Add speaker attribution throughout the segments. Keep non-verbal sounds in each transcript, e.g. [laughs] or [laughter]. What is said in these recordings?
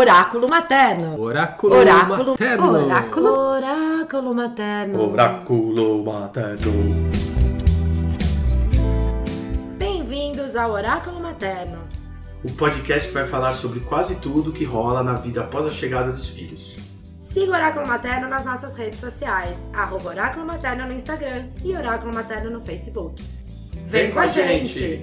Speaker 1: Oráculo materno.
Speaker 2: Oráculo,
Speaker 1: Oráculo.
Speaker 2: materno.
Speaker 1: Oráculo. Oráculo materno.
Speaker 3: Oráculo materno.
Speaker 1: Bem-vindos ao Oráculo Materno.
Speaker 3: O podcast que vai falar sobre quase tudo que rola na vida após a chegada dos filhos.
Speaker 1: Siga o Oráculo Materno nas nossas redes sociais, arroba Oráculo Materno no Instagram e Oráculo Materno no Facebook. Vem com a gente!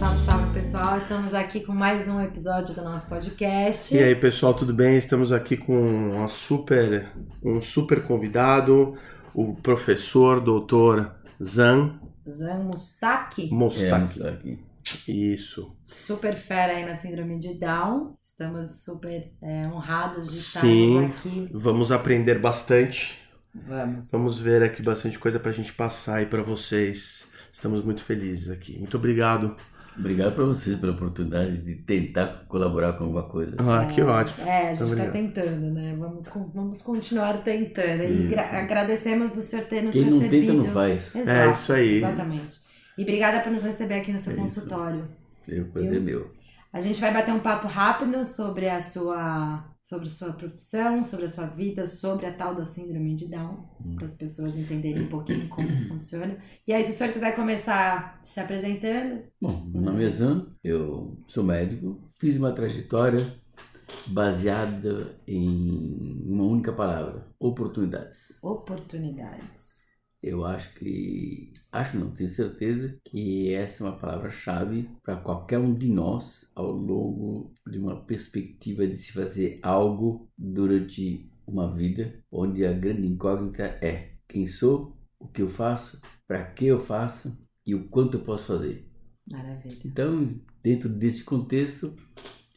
Speaker 4: Salve, salve pessoal, estamos aqui com mais um episódio do nosso podcast.
Speaker 3: E aí, pessoal, tudo bem? Estamos aqui com uma super, um super convidado, o professor doutor Zan
Speaker 4: Zan Mustak,
Speaker 3: Mostak.
Speaker 5: aqui.
Speaker 3: Isso.
Speaker 4: super fera aí na síndrome de Down. Estamos super é, honrados de estarmos
Speaker 3: Sim.
Speaker 4: aqui.
Speaker 3: Vamos aprender bastante.
Speaker 4: Vamos.
Speaker 3: Vamos ver aqui bastante coisa pra gente passar aí pra vocês. Estamos muito felizes aqui. Muito obrigado.
Speaker 5: Obrigado para vocês pela oportunidade de tentar colaborar com alguma coisa.
Speaker 3: Ah, que ótimo.
Speaker 4: É, a gente
Speaker 3: Muito
Speaker 4: está
Speaker 3: obrigado.
Speaker 4: tentando, né? Vamos, con- vamos continuar tentando. E
Speaker 5: Isso.
Speaker 4: gra- agradecemos do senhor ter nos
Speaker 5: Quem não
Speaker 4: recebido.
Speaker 5: tenta não faz.
Speaker 4: Exato,
Speaker 3: É isso aí.
Speaker 4: Exatamente. E obrigada por nos receber aqui no seu
Speaker 5: É isso.
Speaker 4: consultório.
Speaker 5: É o prazer
Speaker 4: Eu-
Speaker 5: meu.
Speaker 4: A gente vai bater um papo rápido sobre a sua sobre a sua profissão, sobre a sua vida, sobre a tal da síndrome de Down,
Speaker 5: Hum.
Speaker 4: para as pessoas entenderem um pouquinho como isso funciona. E aí, se o senhor quiser começar se apresentando,
Speaker 5: Bom, meu nome é Zan, eu sou médico, fiz uma trajetória baseada em uma única palavra, oportunidades.
Speaker 4: oportunidades.
Speaker 5: Eu acho que, acho não, tenho certeza que essa é uma palavra-chave para qualquer um de nós ao longo de uma perspectiva de se fazer algo durante uma vida onde a grande incógnita é quem sou, o que eu faço, para que eu faço e o quanto eu posso fazer.
Speaker 4: Maravilha.
Speaker 5: Então, dentro desse contexto,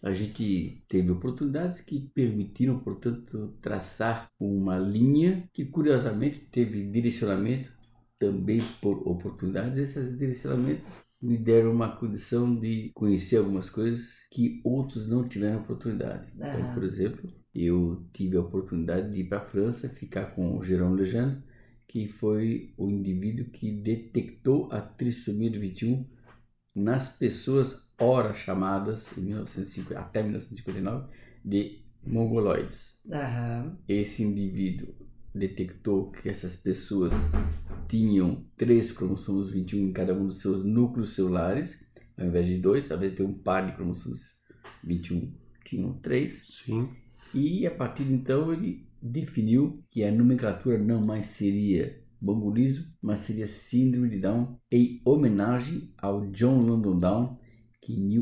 Speaker 5: a gente teve oportunidades que permitiram, portanto, traçar uma linha que, curiosamente, teve direcionamento também por oportunidades. Esses direcionamentos me deram uma condição de conhecer algumas coisas que outros não tiveram oportunidade. Então,
Speaker 4: Aham.
Speaker 5: por exemplo, eu tive a oportunidade de ir para a França ficar com o Jérôme Lejeune, que foi o indivíduo que detectou a trissomia de 21 nas pessoas ora chamadas em 1950, até 1959 de mongoloides.
Speaker 4: Aham.
Speaker 5: Esse indivíduo detectou que essas pessoas tinham três cromossomos 21 em cada um dos seus núcleos celulares, ao invés de dois, às vezes tem um par de cromossomos 21, tinham três.
Speaker 3: Sim.
Speaker 5: E a partir de então ele definiu que a nomenclatura não mais seria bongolismo, mas seria síndrome de Down em homenagem ao John London Down, que em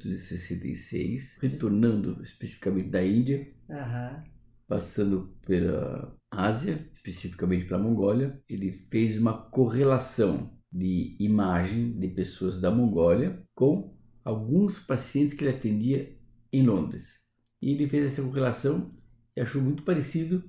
Speaker 5: 1866, retornando especificamente da Índia,
Speaker 4: Aham.
Speaker 5: passando pela Ásia, especificamente pela Mongólia, ele fez uma correlação de imagem de pessoas da Mongólia com alguns pacientes que ele atendia em Londres. E ele fez essa correlação e achou muito parecido,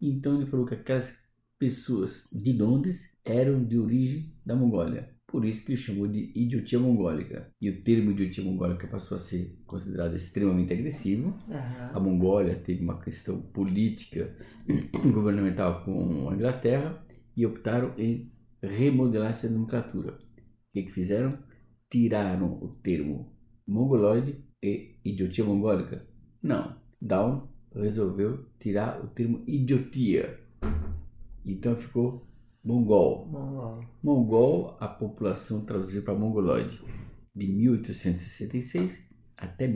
Speaker 5: então ele falou que aquelas pessoas de Londres eram de origem da Mongólia. Por isso que ele chamou de idiotia mongólica. E o termo idiotia mongólica passou a ser considerado extremamente agressivo. A
Speaker 4: Aham.
Speaker 5: Mongólia teve uma questão política [clears throat] governamental com a Inglaterra e optaram em remodelar essa nomenclatura. O que, que fizeram? Tiraram o termo mongoloide e idiotia mongólica. Não. Down resolveu tirar o termo idiotia. Então ficou mongol.
Speaker 4: Mongol.
Speaker 5: Mongol, a população traduziu para mongoloide, de 1866 até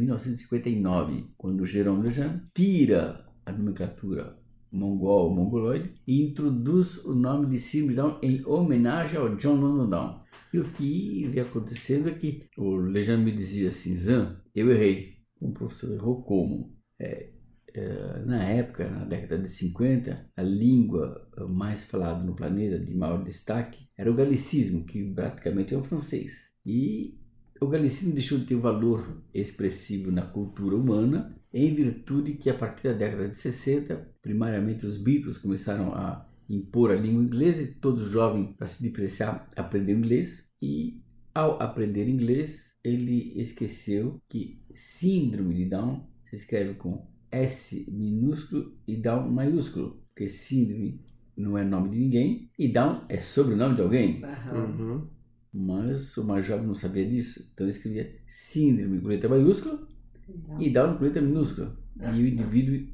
Speaker 5: 1959, quando Jerônimo Lejeune tira a nomenclatura mongol mongoloide e introduz o nome de síndrome Down em homenagem ao John London Down. E o que vem acontecendo é que o Lejeune me dizia assim, Zan, eu errei. Um professor errou como? É, eh, na época, na década de 50, a língua eh, mais falada no planeta, de maior destaque, era o galicismo, que praticamente é o francês. E o galicismo deixou de ter um valor expressivo na cultura humana, em virtude que a partir da década de 60, primariamente os Beatles começaram a impor a língua inglesa e todo jovem, para se diferenciar, aprendeu inglês. E ao aprender inglês, ele esqueceu que síndrome de Down se escreve com S minúsculo e Down maiúsculo, porque síndrome não é nome de ninguém e Down é sobrenome de alguém.
Speaker 4: Aham.
Speaker 3: Uhum.
Speaker 5: Mas o mais jovem não sabia disso, então ele escrevia síndrome com letra maiúscula
Speaker 4: Então,
Speaker 5: e um Down com letra minúscula. E o indivíduo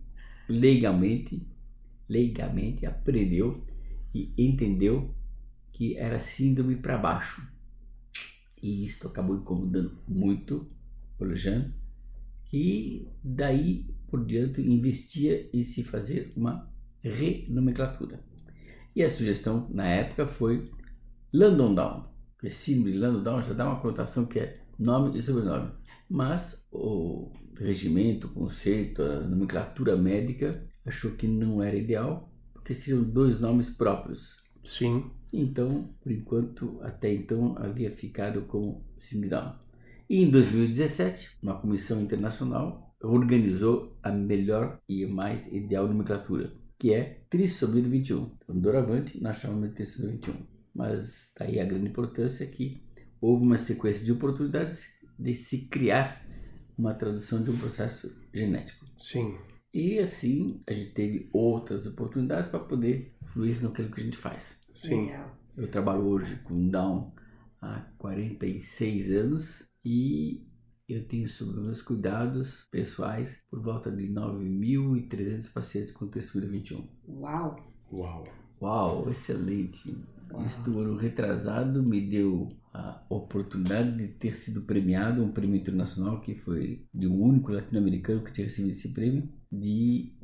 Speaker 5: legalmente, legalmente aprendeu e entendeu que era síndrome para baixo. E isso acabou incomodando muito o Jean, que daí por diante investia em se fazer uma renomenclatura. E a sugestão na época foi Landon Down. Porque síndrome de Landon Down já dá uma conotação que é nome e sobrenome. Mas o regimento, o conceito, a nomenclatura médica achou que não era ideal, porque seriam dois nomes próprios.
Speaker 3: Sim.
Speaker 5: Então, por enquanto, até então havia ficado como Simidal. E em 2017, uma comissão internacional organizou a melhor e mais ideal nomenclatura, que é trissomia 21. Então, doravante, nós chamamos de trissomia 21. Mas daí a grande importância é que houve uma sequência de oportunidades de se criar uma tradução de um processo genético.
Speaker 3: Sim.
Speaker 5: E assim a gente teve outras oportunidades para poder fluir naquilo que a gente faz.
Speaker 3: Sim.
Speaker 5: É.
Speaker 4: legal.
Speaker 5: Eu trabalho hoje com Down há 46 anos e eu tenho sob meus cuidados pessoais por volta de 9.300 pacientes com trissomia 21.
Speaker 4: Uau.
Speaker 3: Uau.
Speaker 5: Uau, excelente!
Speaker 4: Uau.
Speaker 5: Isso do ano retrasado me deu a oportunidade de ter sido premiado, um prêmio internacional que foi de um único latino-americano que tinha recebido esse prêmio, de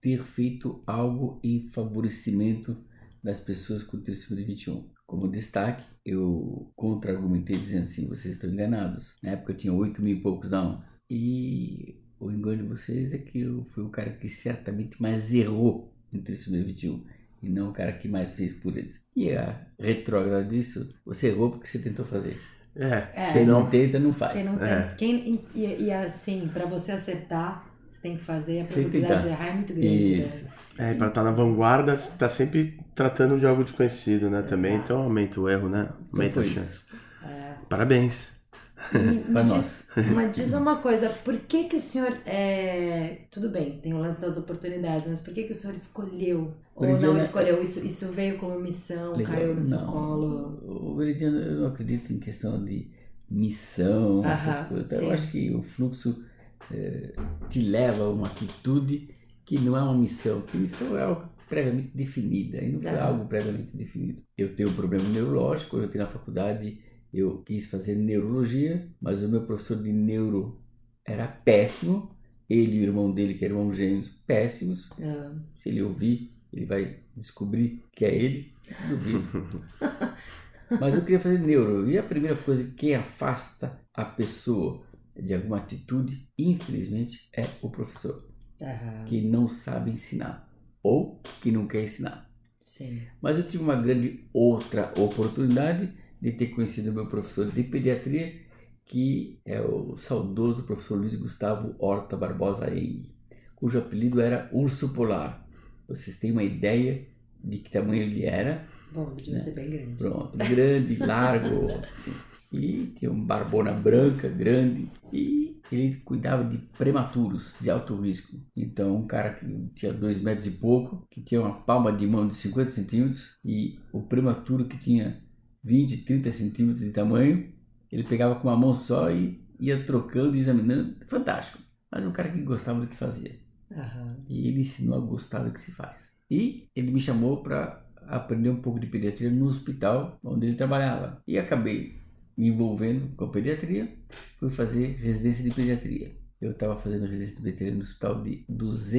Speaker 5: ter feito algo em favorecimento das pessoas com trissomia 21. Como destaque, eu contra-argumentei dizendo assim, vocês estão enganados. Na época eu tinha 8 mil e poucos down. E o engano de vocês é que eu fui o cara que certamente mais errou em trissomia 21 e um. não o cara que mais fez por eles. E a retrógrada disso, você errou porque você tentou fazer.
Speaker 3: É,
Speaker 4: É.
Speaker 5: Quem
Speaker 3: senão.
Speaker 5: não tenta, não faz.
Speaker 4: Quem não tem.
Speaker 3: É.
Speaker 4: Quem, e, e assim, pra você acertar, você tem que fazer, a
Speaker 5: Tem que
Speaker 4: probabilidade de
Speaker 5: tentar.
Speaker 4: errar é muito grande. né?
Speaker 5: Isso.
Speaker 3: É, e pra estar na vanguarda, tá sempre tratando de algo desconhecido, né? Também.
Speaker 4: Exato.
Speaker 3: Então aumenta o erro, né?
Speaker 5: Então
Speaker 3: Aumenta
Speaker 5: foi
Speaker 3: a chance.
Speaker 5: isso.
Speaker 4: É.
Speaker 3: Parabéns.
Speaker 4: E
Speaker 5: [laughs] Pra
Speaker 4: me
Speaker 5: nós.
Speaker 4: diz, mas diz uma coisa, por que que o senhor, é, tudo bem, tem o lance das oportunidades, mas por que que o senhor escolheu, ou
Speaker 5: Meridiana-
Speaker 4: não escolheu, isso, isso veio como missão,
Speaker 5: Legal.
Speaker 4: caiu no seu
Speaker 5: Não,
Speaker 4: colo?
Speaker 5: O Veridiano, eu não acredito em questão de missão, essas
Speaker 4: Aham,
Speaker 5: coisas. Então,
Speaker 4: sim.
Speaker 5: Eu acho que o fluxo eh, te leva a uma atitude que não é uma missão. Porque missão é algo previamente definida, e não foi
Speaker 4: Aham.
Speaker 5: algo previamente definido. Eu tenho um problema neurológico, quando eu entrei na faculdade, eu quis fazer neurologia, mas o meu professor de neuro era péssimo. Ele e o irmão dele, que eram irmãos gêmeos, péssimos.
Speaker 4: Ah,
Speaker 5: Se ele ouvir, ele vai descobrir que é ele. Duvido. Mas eu queria fazer neuro. E a primeira coisa que afasta a pessoa de alguma atitude, infelizmente, é o professor,
Speaker 4: aham,
Speaker 5: que não sabe ensinar ou que não quer ensinar.
Speaker 4: sim.
Speaker 5: Mas eu tive uma grande outra oportunidade de ter conhecido o meu professor de pediatria, que é o saudoso professor Luiz Gustavo Horta Barbosa Eng, cujo apelido era Urso Polar. Vocês têm uma ideia de que tamanho ele era?
Speaker 4: Bom, devia
Speaker 5: Né?
Speaker 4: ser bem grande.
Speaker 5: Pronto, grande, largo. enfim. E tinha um barbona branca, grande. E ele cuidava de prematuros, de alto risco. Então, um cara que tinha dois metros e pouco, que tinha uma palma de mão de 50 centímetros, e o prematuro que tinha 20, 30 centímetros de tamanho, ele pegava com uma mão só e ia trocando, examinando. Fantástico. Mas um cara que gostava do que fazia.
Speaker 4: Aham,
Speaker 5: E ele ensinou a gostar do que se faz. E ele me chamou para aprender um pouco de pediatria no hospital onde ele trabalhava. E acabei me envolvendo com a pediatria, fui fazer residência de pediatria. Eu estava fazendo residência de pediatria no hospital de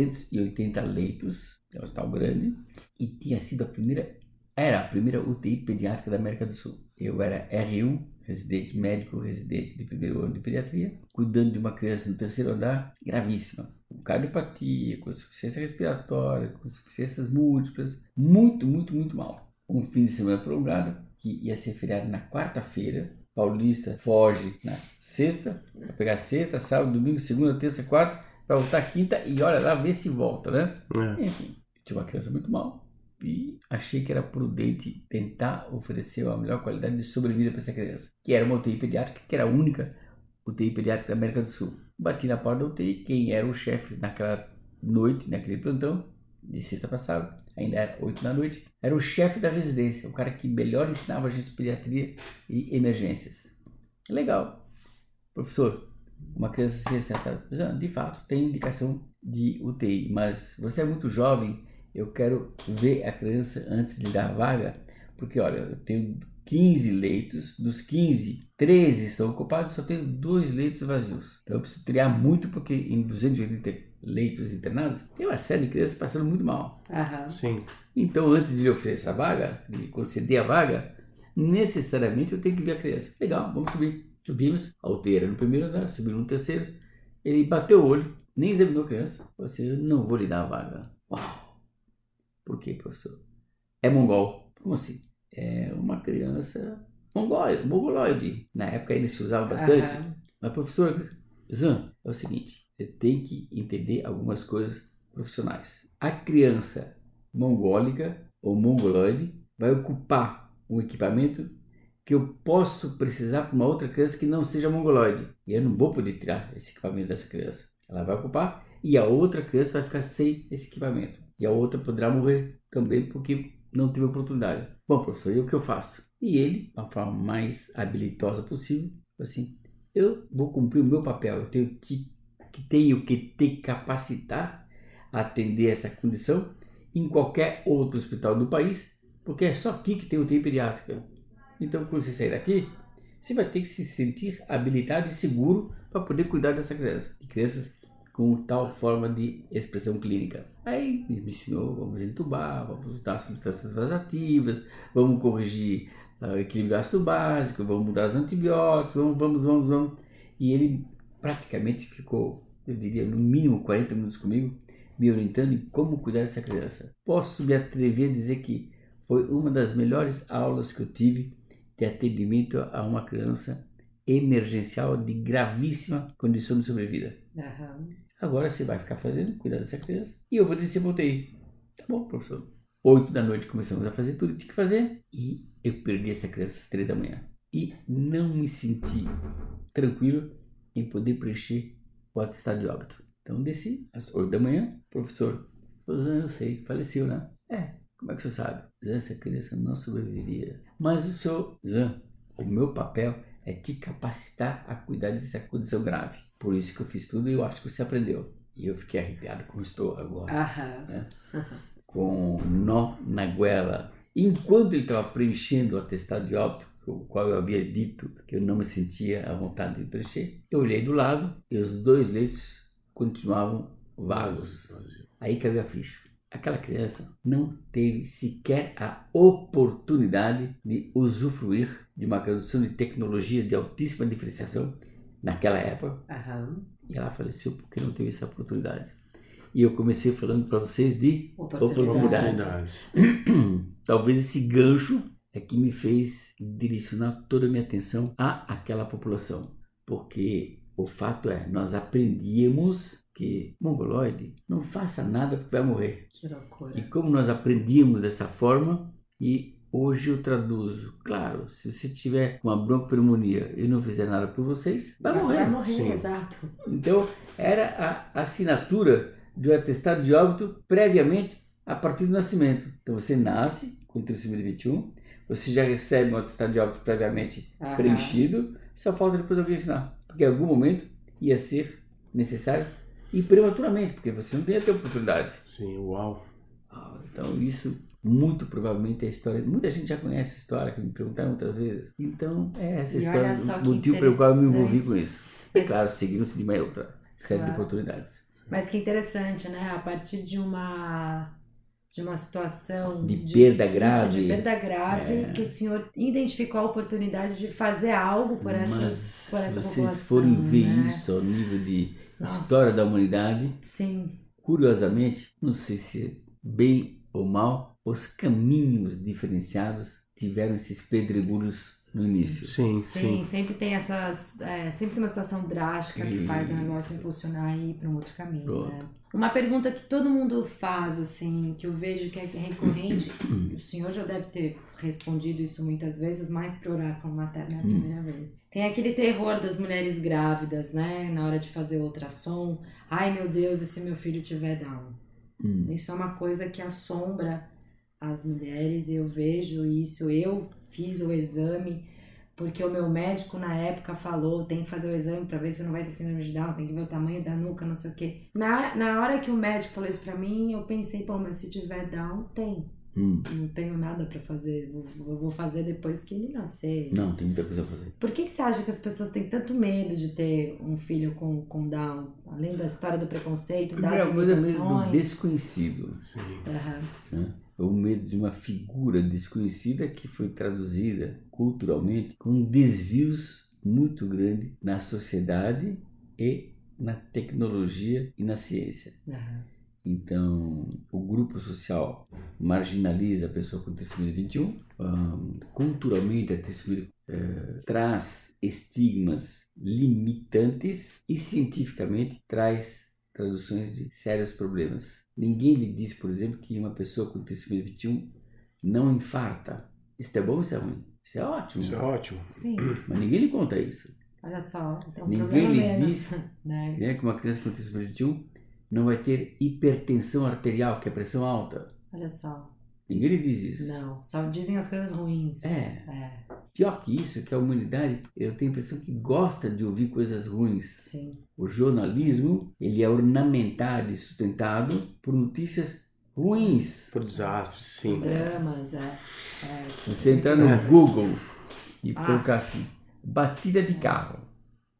Speaker 5: 280 leitos, é um hospital grande, e tinha sido a primeira, era a primeira UTI pediátrica da América do Sul. Eu era R1, residente médico, residente de primeiro ano de pediatria, cuidando de uma criança no terceiro andar, gravíssima com cardiopatia, com insuficiência respiratória, com insuficiências múltiplas, muito, muito, muito mal. Um fim de semana prolongado, que ia ser feriado na quarta-feira, Paulista foge na sexta, vai pegar sexta, sábado, domingo, segunda, terça, quarta, para voltar quinta e olha lá, vê se volta, né?
Speaker 3: É.
Speaker 5: Enfim, eu tinha uma criança muito mal e achei que era prudente tentar oferecer a melhor qualidade de sobrevida para essa criança, que era uma UTI pediátrica, que era a única UTI pediátrica da América do Sul. Bati na porta da UTI, quem era o chefe naquela noite, naquele plantão, de sexta passada, ainda era 8 da noite, era o chefe da residência, o cara que melhor ensinava a gente pediatria e emergências. Legal. Professor, uma criança de 60 de fato, tem indicação de UTI, mas você é muito jovem, eu quero ver a criança antes de dar vaga, porque olha, eu tenho 15 leitos, dos 15, 13 estão ocupados, só tenho dois leitos vazios. Então eu preciso triar muito, porque em 280 leitos internados, tem uma série de crianças passando muito mal.
Speaker 4: Aham.
Speaker 3: Sim.
Speaker 5: Então, antes de lhe oferecer a vaga, de lhe conceder a vaga, necessariamente eu tenho que ver a criança. Legal, vamos subir. Subimos, a alteira no primeiro andar, subiram no terceiro. Ele bateu o olho, nem examinou a criança. Falou assim, eu não vou lhe dar a vaga. Uau! Por quê, professor? É mongol. Como assim? É uma criança mongol, mongoloide. Na época ainda se usava bastante.
Speaker 4: Aham.
Speaker 5: Mas, professor Zan, é o seguinte: você tem que entender algumas coisas profissionais. A criança mongólica ou mongoloide vai ocupar um equipamento que eu posso precisar para uma outra criança que não seja mongoloide. E eu não vou poder tirar esse equipamento dessa criança. Ela vai ocupar e a outra criança vai ficar sem esse equipamento. E a outra poderá morrer também porque não teve oportunidade. Bom, professor, e o que eu faço? E ele, da forma mais habilitosa possível, falou assim: eu vou cumprir o meu papel, eu tenho que, que tenho que te capacitar a atender essa condição em qualquer outro hospital do país, porque é só aqui que tem UTI pediátrica. Então, quando você sair daqui, você vai ter que se sentir habilitado e seguro para poder cuidar dessa criança, de crianças com tal forma de expressão clínica. Aí me ensinou, vamos entubar, vamos dar substâncias vasativas, vamos corrigir ah, equilíbrio ácido básico, vamos mudar os antibióticos, vamos, vamos, vamos, vamos. E ele praticamente ficou, eu diria, no mínimo 40 minutos comigo, me orientando em como cuidar dessa criança. Posso me atrever a dizer que foi uma das melhores aulas que eu tive de atendimento a uma criança emergencial de gravíssima condição de sobrevida.
Speaker 4: Aham.
Speaker 5: Agora você vai ficar fazendo, cuidando dessa criança, e eu vou descer para UTI. Tá bom, professor. Oito da noite começamos a fazer tudo que tinha que fazer, e eu perdi essa criança às três da manhã. E não me senti tranquilo em poder preencher o atestado de óbito. Então desci às oito da manhã, professor, Rosana, eu sei, faleceu, né? É, como é que o senhor sabe? Zan, essa criança não sobreviveria. Mas o senhor, Zan, o meu papel é te capacitar a cuidar dessa condição grave. Por isso que eu fiz tudo e eu acho que você aprendeu. E eu fiquei arrepiado como estou agora
Speaker 4: Aham.
Speaker 5: com nó na goela. Enquanto ele estava preenchendo o atestado de óbito, o qual eu havia dito que eu não me sentia à vontade de preencher, eu olhei do lado e os dois leitos continuavam vagos. Aí caiu a ficha. Aquela criança não teve sequer a oportunidade de usufruir de uma produção de tecnologia de altíssima diferenciação naquela época,
Speaker 4: Aham.
Speaker 5: e ela faleceu porque não teve essa oportunidade. E eu comecei falando para vocês de
Speaker 4: Oportunidades.
Speaker 3: Oportunidades.
Speaker 5: [clears throat] Talvez esse gancho é que me fez direcionar toda a minha atenção a aquela população. Porque o fato é, nós aprendíamos que mongoloide não faça nada porque vai morrer.
Speaker 4: Que loucura.
Speaker 5: E como nós aprendíamos dessa forma, e hoje eu traduzo. Claro, se você tiver uma broncopneumonia e não fizer nada por vocês, vai morrer.
Speaker 4: Vai morrer,
Speaker 3: Sim.
Speaker 4: exato.
Speaker 5: Então, era a assinatura do atestado de óbito previamente a partir do nascimento. Então, você nasce com trissomia 21, você já recebe um atestado de óbito previamente
Speaker 4: Aham.
Speaker 5: preenchido, só falta depois alguém assinar. Porque em algum momento ia ser necessário e prematuramente, porque você não tem a ter oportunidade.
Speaker 3: Sim, uau.
Speaker 5: Ah, Então isso muito provavelmente é a história. Muita gente já conhece a história, que me perguntaram muitas vezes. Então é essa
Speaker 4: E
Speaker 5: história,
Speaker 4: olha só
Speaker 5: o
Speaker 4: que
Speaker 5: motivo pelo qual eu me envolvi
Speaker 4: interessante.
Speaker 5: com isso. É
Speaker 4: Esse-
Speaker 5: claro, seguiram-se de uma outra série de
Speaker 4: Claro.
Speaker 5: oportunidades.
Speaker 4: Mas que interessante, né? A partir de uma de uma situação
Speaker 5: De
Speaker 4: difícil,
Speaker 5: perda grave. É.
Speaker 4: de perda grave, que o senhor identificou a oportunidade de fazer algo por essas,
Speaker 5: Mas
Speaker 4: por essa
Speaker 5: vocês
Speaker 4: população,
Speaker 5: forem ver
Speaker 4: né?
Speaker 5: isso ao nível de
Speaker 4: Nossa.
Speaker 5: história da humanidade,
Speaker 4: sim,
Speaker 5: curiosamente, não sei se é bem ou mal, os caminhos diferenciados tiveram esses pedregulhos no
Speaker 4: Sim.
Speaker 5: início.
Speaker 3: Sim,
Speaker 4: sim,
Speaker 3: sim.
Speaker 4: sempre tem essas, é, sempre tem uma situação drástica que faz o negócio
Speaker 5: Isso.
Speaker 4: impulsionar e ir para um outro caminho,
Speaker 5: Pronto.
Speaker 4: né? Uma pergunta que todo mundo faz, assim, que eu vejo que é recorrente,
Speaker 5: Hum.
Speaker 4: o senhor já deve ter respondido isso muitas vezes, mais pro oráculo materno é a
Speaker 5: Hum.
Speaker 4: primeira vez. Tem aquele terror das mulheres grávidas, né? Na hora de fazer o ultrassom. Ai meu Deus, e se meu filho tiver down?
Speaker 5: Hum.
Speaker 4: Isso é uma coisa que assombra as mulheres, e eu vejo isso. Eu fiz o exame porque o meu médico na época falou: tem que fazer o exame pra ver se não vai ter síndrome de Down, tem que ver o tamanho da nuca, não sei o quê. Na, na hora que o médico falou isso pra mim, eu pensei: pô, mas se tiver Down, tem.
Speaker 5: Hum.
Speaker 4: Não tenho nada pra fazer, vou, vou vou fazer depois que ele nascer.
Speaker 5: Não, tem muita coisa a fazer.
Speaker 4: Por que, que você acha que as pessoas têm tanto medo de ter um filho com, com Down? Além da história do preconceito, das
Speaker 5: Primeira coisa é mesmo do
Speaker 4: limitações.
Speaker 5: desconhecido.
Speaker 3: Sim.
Speaker 4: Aham.
Speaker 5: É O medo de uma figura desconhecida que foi traduzida culturalmente com desvios muito grandes na sociedade e na tecnologia e na ciência.
Speaker 4: aham.
Speaker 5: Então, o grupo social marginaliza a pessoa com trissomia 21. Ahn, culturalmente, a trissomia eh, traz estigmas limitantes e cientificamente traz traduções de sérios problemas. Ninguém lhe diz, por exemplo, que uma pessoa com trissomia 21 não infarta. Isso é bom ou isso é ruim? Isso é ótimo.
Speaker 3: Isso é ótimo.
Speaker 4: Sim,
Speaker 5: Mas ninguém lhe conta isso.
Speaker 4: olha só. Então, um
Speaker 5: Ninguém
Speaker 4: problema
Speaker 5: lhe
Speaker 4: menos,
Speaker 5: diz
Speaker 4: [laughs] Né?
Speaker 5: né, que uma criança com trissomia 21 não vai ter hipertensão arterial, que é pressão alta.
Speaker 4: Olha só.
Speaker 5: Ninguém lhe diz isso.
Speaker 4: Não, só dizem as coisas ruins.
Speaker 5: É.
Speaker 4: É,
Speaker 5: Pior que isso, que a humanidade, eu tenho a impressão que gosta de ouvir coisas ruins.
Speaker 4: sim.
Speaker 5: O jornalismo, ele é ornamentado e sustentado por notícias ruins.
Speaker 3: Por desastre, sim.
Speaker 4: Dramas, é. é.
Speaker 5: Você entrar
Speaker 3: É.
Speaker 5: no Google e
Speaker 4: Ah.
Speaker 5: colocar assim, batida de carro,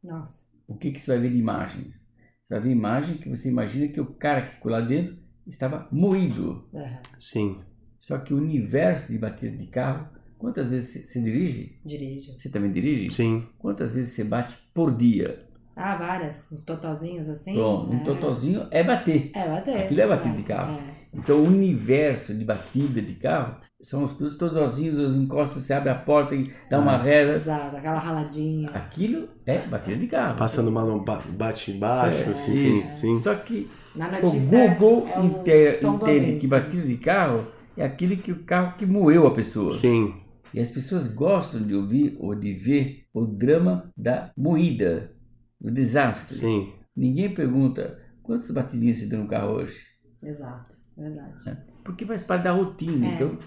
Speaker 4: Nossa.
Speaker 5: o que, que você vai ver de imagens? Você vai ver imagem que você imagina que o cara que ficou lá dentro estava moído.
Speaker 4: aham.
Speaker 3: Sim.
Speaker 5: Só que o universo de batida de carro, quantas vezes você- você dirige?
Speaker 4: Dirijo.
Speaker 5: Você também dirige?
Speaker 3: Sim.
Speaker 5: Quantas vezes você bate por dia?
Speaker 4: Ah, várias. Uns totozinhos assim.
Speaker 5: Bom, um
Speaker 4: é.
Speaker 5: totozinho é bater.
Speaker 4: É, vai ter.
Speaker 5: Aquilo é batido de
Speaker 4: É,
Speaker 5: carro.
Speaker 4: é.
Speaker 5: Então o universo de batida de carro são os dois totozinhos, os encostas, você abre a porta e dá
Speaker 3: Ah.
Speaker 5: uma reda.
Speaker 4: Exato, aquela raladinha.
Speaker 5: Aquilo é batida de carro.
Speaker 3: Passando mal, não ba- bate embaixo,
Speaker 5: É,
Speaker 3: assim.
Speaker 5: isso.
Speaker 3: Ah, Sim.
Speaker 5: Só que
Speaker 4: Na
Speaker 5: o
Speaker 4: notícia.
Speaker 5: Google
Speaker 4: é o
Speaker 5: inte-
Speaker 4: tom do
Speaker 5: entende
Speaker 4: amigo.
Speaker 5: que batida de carro é aquele que o carro que moeu a pessoa.
Speaker 3: Sim.
Speaker 5: E as pessoas gostam de ouvir ou de ver o drama da moída, do desastre.
Speaker 3: Sim.
Speaker 5: Ninguém pergunta quantas batidinhas você deu no carro hoje.
Speaker 4: Exato, verdade.
Speaker 5: Porque faz parte da rotina.
Speaker 4: É.
Speaker 5: Então,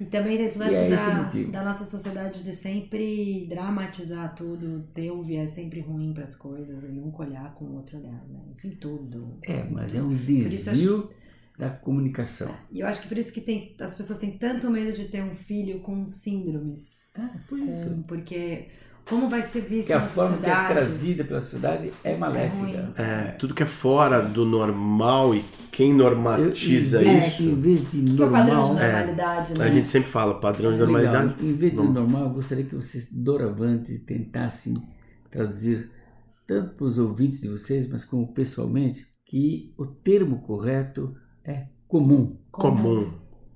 Speaker 4: E também desse
Speaker 5: E
Speaker 4: lance
Speaker 5: é esse o
Speaker 4: da,
Speaker 5: motivo.
Speaker 4: da nossa sociedade de sempre dramatizar tudo, ter um viés sempre ruim pras coisas e nunca olhar com outro olhar, né? Isso em tudo.
Speaker 5: É, mas é um
Speaker 4: isso eu
Speaker 5: desvio da comunicação.
Speaker 4: E eu acho que por isso que tem, as pessoas têm tanto medo de ter um filho com síndromes.
Speaker 5: Ah, por
Speaker 4: Com, porque como vai ser visto
Speaker 5: Que a
Speaker 4: na
Speaker 5: forma que é
Speaker 4: sociedade?
Speaker 5: trazida pela sociedade é maléfica.
Speaker 3: É, tudo que é fora do normal e quem normatiza
Speaker 5: Eu- em vez-
Speaker 3: isso,
Speaker 5: Em vez de
Speaker 4: que é o padrão de
Speaker 5: normal.
Speaker 4: normalidade, né?
Speaker 3: a gente sempre fala padrão de normalidade.
Speaker 5: Legal. Em vez de
Speaker 3: Vamos.
Speaker 5: normal, eu gostaria que vocês, doravante, tentassem traduzir, tanto para os ouvintes de vocês, mas como pessoalmente, que o termo correto é comum.
Speaker 3: Comum.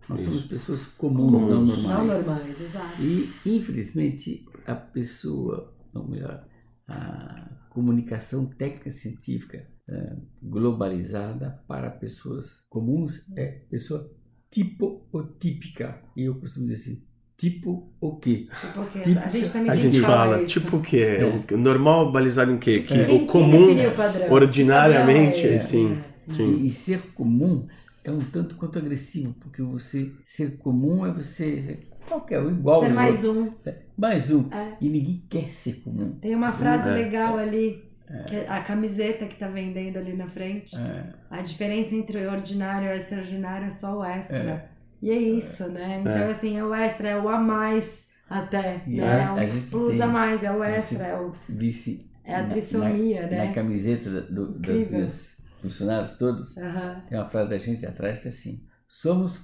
Speaker 5: Nós
Speaker 3: Isso.
Speaker 5: somos pessoas comuns, não
Speaker 3: Comuns.
Speaker 5: normais.
Speaker 4: Não normais, exato.
Speaker 5: E, infelizmente, a pessoa, ou melhor, a comunicação técnica científica eh, globalizada para pessoas comuns é pessoa tipo ou típica. E eu costumo dizer assim, tipo o quê?
Speaker 4: Tipo, que
Speaker 5: Tipo-
Speaker 4: a gente também
Speaker 3: A
Speaker 4: sempre
Speaker 3: gente fala,
Speaker 4: isso.
Speaker 3: tipo o que é?
Speaker 5: É.
Speaker 3: O normal balizado em quê? Que
Speaker 5: É.
Speaker 4: Quem-
Speaker 3: o
Speaker 4: quem
Speaker 3: comum,
Speaker 4: definiu o padrão?
Speaker 3: ordinariamente, assim,
Speaker 4: Padrão é-
Speaker 3: sim.
Speaker 4: é.
Speaker 3: Sim.
Speaker 5: E, e ser comum é um tanto quanto agressivo, porque você ser comum é você ser qualquer um, igual
Speaker 4: Ser
Speaker 5: ao
Speaker 4: mais
Speaker 5: outro.
Speaker 4: um.
Speaker 5: mais um.
Speaker 4: É.
Speaker 5: E ninguém quer ser comum.
Speaker 4: Tem uma frase
Speaker 3: É.
Speaker 4: legal ali, que é a camiseta que tá vendendo ali na frente.
Speaker 5: É.
Speaker 4: A diferença entre o ordinário e o extraordinário é só o extra. E é isso, né? Então, assim, é o extra, é o a mais até,
Speaker 5: E
Speaker 4: né? É
Speaker 5: a
Speaker 4: o
Speaker 5: gente
Speaker 4: plus a
Speaker 5: tem
Speaker 4: mais, é o
Speaker 5: Sim,
Speaker 4: extra,
Speaker 5: sim.
Speaker 4: é, o-
Speaker 5: vice
Speaker 4: é a
Speaker 5: na-
Speaker 4: trissomia,
Speaker 5: na
Speaker 4: né?
Speaker 5: camiseta da- do- das
Speaker 4: Incrível.
Speaker 5: minhas funcionários todos,
Speaker 4: Aham.
Speaker 5: tem uma frase da gente atrás que é assim: somos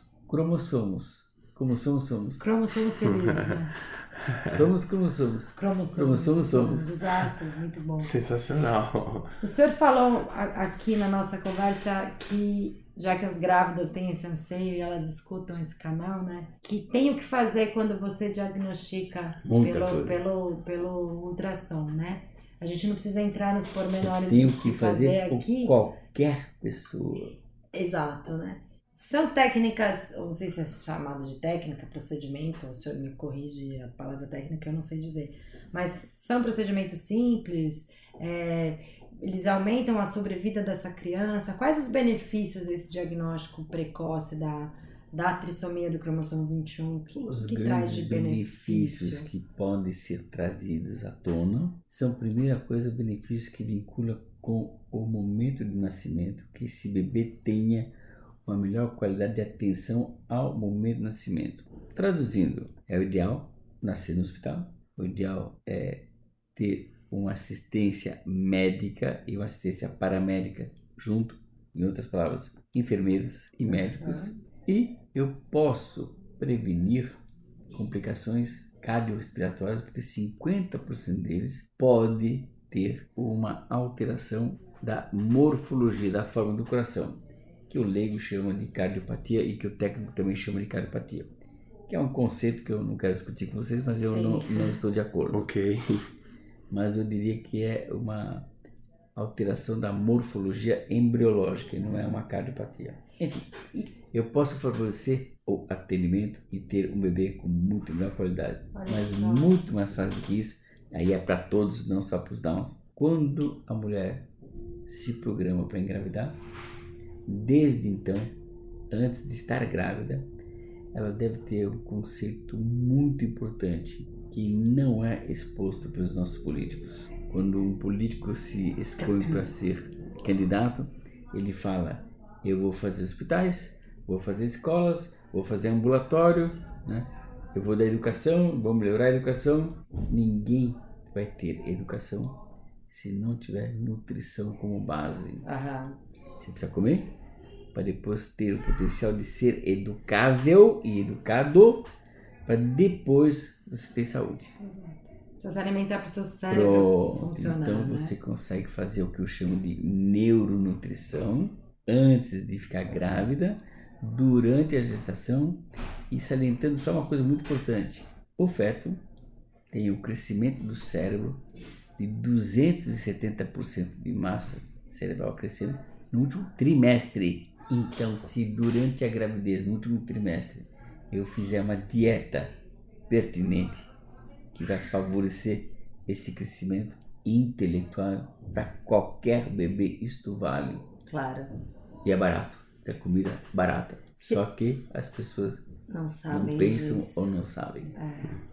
Speaker 5: cromossomos. Como somos, somos.
Speaker 4: Cromossomos felizes,
Speaker 5: [laughs]
Speaker 4: né?
Speaker 5: Somos como somos.
Speaker 4: Cromossomos.
Speaker 5: Cromossomos somos.
Speaker 4: Exato, muito bom.
Speaker 3: Sensacional. [laughs]
Speaker 4: O senhor falou a- aqui na nossa conversa que, já que as grávidas têm esse anseio e elas escutam esse canal, né? Que tem o que fazer quando você diagnostica
Speaker 5: Muita
Speaker 4: pelo,
Speaker 5: coisa.
Speaker 4: pelo, pelo ultrassom, né? A gente não precisa entrar nos pormenores
Speaker 5: Tem
Speaker 4: do
Speaker 5: o que fazer com
Speaker 4: aqui.
Speaker 5: qualquer pessoa.
Speaker 4: Exato, né? São técnicas, eu não sei se é chamado de técnica, procedimento, o senhor me corrige a palavra técnica, eu não sei dizer. Mas são procedimentos simples, é, Eles aumentam a sobrevida dessa criança? Quais os benefícios desse diagnóstico precoce da, da trissomia do cromossomo 21? O que,
Speaker 5: Os
Speaker 4: que traz
Speaker 5: grandes
Speaker 4: de benefício?
Speaker 5: benefícios que podem ser trazidos à tona são, primeira coisa, benefícios que vinculam com o momento de nascimento, que esse bebê tenha uma melhor qualidade de atenção ao momento de nascimento. Traduzindo, é o ideal nascer no hospital, o ideal é ter uma assistência médica e uma assistência paramédica junto, em outras palavras, enfermeiros e médicos e eu posso prevenir complicações cardiorrespiratórias, porque 50% deles pode ter uma alteração da morfologia, da forma do coração, que o leigo chama de cardiopatia e que o técnico também chama de cardiopatia, que é um conceito que eu não quero discutir com vocês, mas eu
Speaker 4: Sim.
Speaker 5: não, não estou de acordo.
Speaker 3: Ok.
Speaker 5: Mas eu diria que é uma alteração da morfologia embriológica, e não é uma cardiopatia. Eu posso favorecer o atendimento e ter um bebê com muito melhor qualidade.
Speaker 4: Olha
Speaker 5: mas
Speaker 4: só.
Speaker 5: muito mais fácil do que isso, aí é para todos, não só para os downs. Quando a mulher se programa para engravidar, desde então, antes de estar grávida, ela deve ter um conceito muito importante que não é exposto pelos nossos políticos. Quando um político se expõe
Speaker 4: [coughs]
Speaker 5: para ser candidato, ele fala: eu vou fazer hospitais, vou fazer escolas, vou fazer ambulatório, né? eu vou dar educação, vou melhorar a educação. Ninguém vai ter educação se não tiver nutrição como base.
Speaker 4: Aham.
Speaker 5: Você precisa comer para depois ter o potencial de ser educável e educado para depois você ter saúde.
Speaker 4: Precisa se alimentar para o seu cérebro.
Speaker 5: Pronto.
Speaker 4: funcionar,
Speaker 5: Então
Speaker 4: né?
Speaker 5: você consegue fazer o que eu chamo de neuronutrição antes de ficar grávida, durante a gestação e salientando só uma coisa muito importante: o feto tem o crescimento do cérebro de 270% de massa cerebral crescendo no último trimestre. Então, se durante a gravidez, no último trimestre, eu fizer uma dieta pertinente que vai favorecer esse crescimento intelectual para qualquer bebê, isto vale.
Speaker 4: Claro.
Speaker 5: E é barato, é comida barata.
Speaker 4: Se-
Speaker 5: Só que as pessoas
Speaker 4: Não
Speaker 5: não
Speaker 4: sabem
Speaker 5: pensam
Speaker 4: disso.
Speaker 5: ou não sabem.
Speaker 4: É.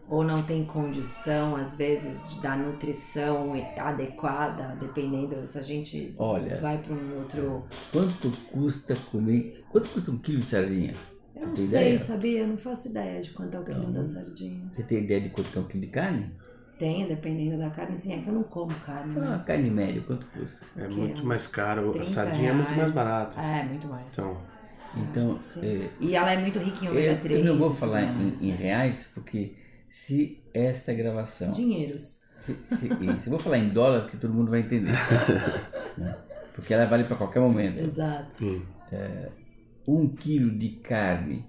Speaker 4: ou não tem condição, às vezes, de- da nutrição adequada, dependendo se a gente
Speaker 5: Olha,
Speaker 4: vai para um outro.
Speaker 5: quanto custa comer? Quanto custa um quilo de sardinha?
Speaker 4: Eu não
Speaker 5: Tem
Speaker 4: sei,
Speaker 5: ideia?
Speaker 4: sabia? Eu não faço ideia de quanto é o quilo
Speaker 5: Então,
Speaker 4: da sardinha.
Speaker 5: Você tem ideia de quanto é um quilo de carne?
Speaker 4: Tem, dependendo da carne, sim, é que eu não como carne,
Speaker 5: Uma
Speaker 4: mas.
Speaker 5: Ah, carne média, quanto custa?
Speaker 3: É
Speaker 4: Que
Speaker 3: muito
Speaker 4: uns
Speaker 3: mais caro. A
Speaker 4: 30
Speaker 3: sardinha é muito mais
Speaker 4: reais.
Speaker 3: barata.
Speaker 4: É, muito mais.
Speaker 3: Então,
Speaker 5: Então,
Speaker 4: Sim.
Speaker 5: é,
Speaker 4: E ela é muito rica em
Speaker 5: eu,
Speaker 4: ômega 3.
Speaker 5: eu não vou
Speaker 4: e tudo
Speaker 5: falar em,
Speaker 4: mais,
Speaker 5: em
Speaker 4: né?
Speaker 5: reais, porque se esta gravação
Speaker 4: Dinheiros.
Speaker 5: Se, se- isso. Eu vou falar em dólar porque todo mundo vai entender. [laughs] né? Porque ela vale para qualquer momento.
Speaker 4: Exato.
Speaker 3: sim.
Speaker 5: Um quilo de carne,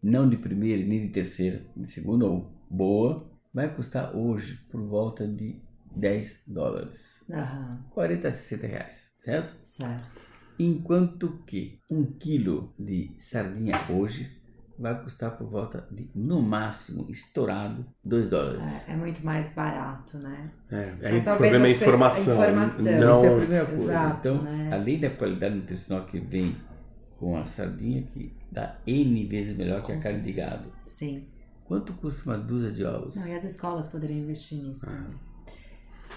Speaker 5: não de primeira, nem de terceira, de segunda ou boa, vai custar hoje por volta de 10 dólares.
Speaker 4: Aham,
Speaker 5: 40 a 60 reais, certo?
Speaker 4: certo.
Speaker 5: Enquanto que um quilo de sardinha hoje vai custar por volta de, no máximo, estourado, 2 dólares.
Speaker 4: É, é muito mais barato, né?
Speaker 3: É,
Speaker 4: Mas talvez
Speaker 3: o problema é
Speaker 4: as pessoas-
Speaker 3: informação.
Speaker 4: informação.
Speaker 5: Essa é a
Speaker 3: Não,
Speaker 5: primeira coisa.
Speaker 4: Exato,
Speaker 5: então,
Speaker 4: né?
Speaker 5: além da qualidade nutricional que vem com a sardinha, que dá N vezes melhor que a
Speaker 4: Com
Speaker 5: carne de
Speaker 4: certeza.
Speaker 5: gado.
Speaker 4: Sim.
Speaker 5: Quanto custa uma dúzia de ovos?
Speaker 4: Não, e as escolas poderiam investir nisso.
Speaker 5: Ah.
Speaker 4: também.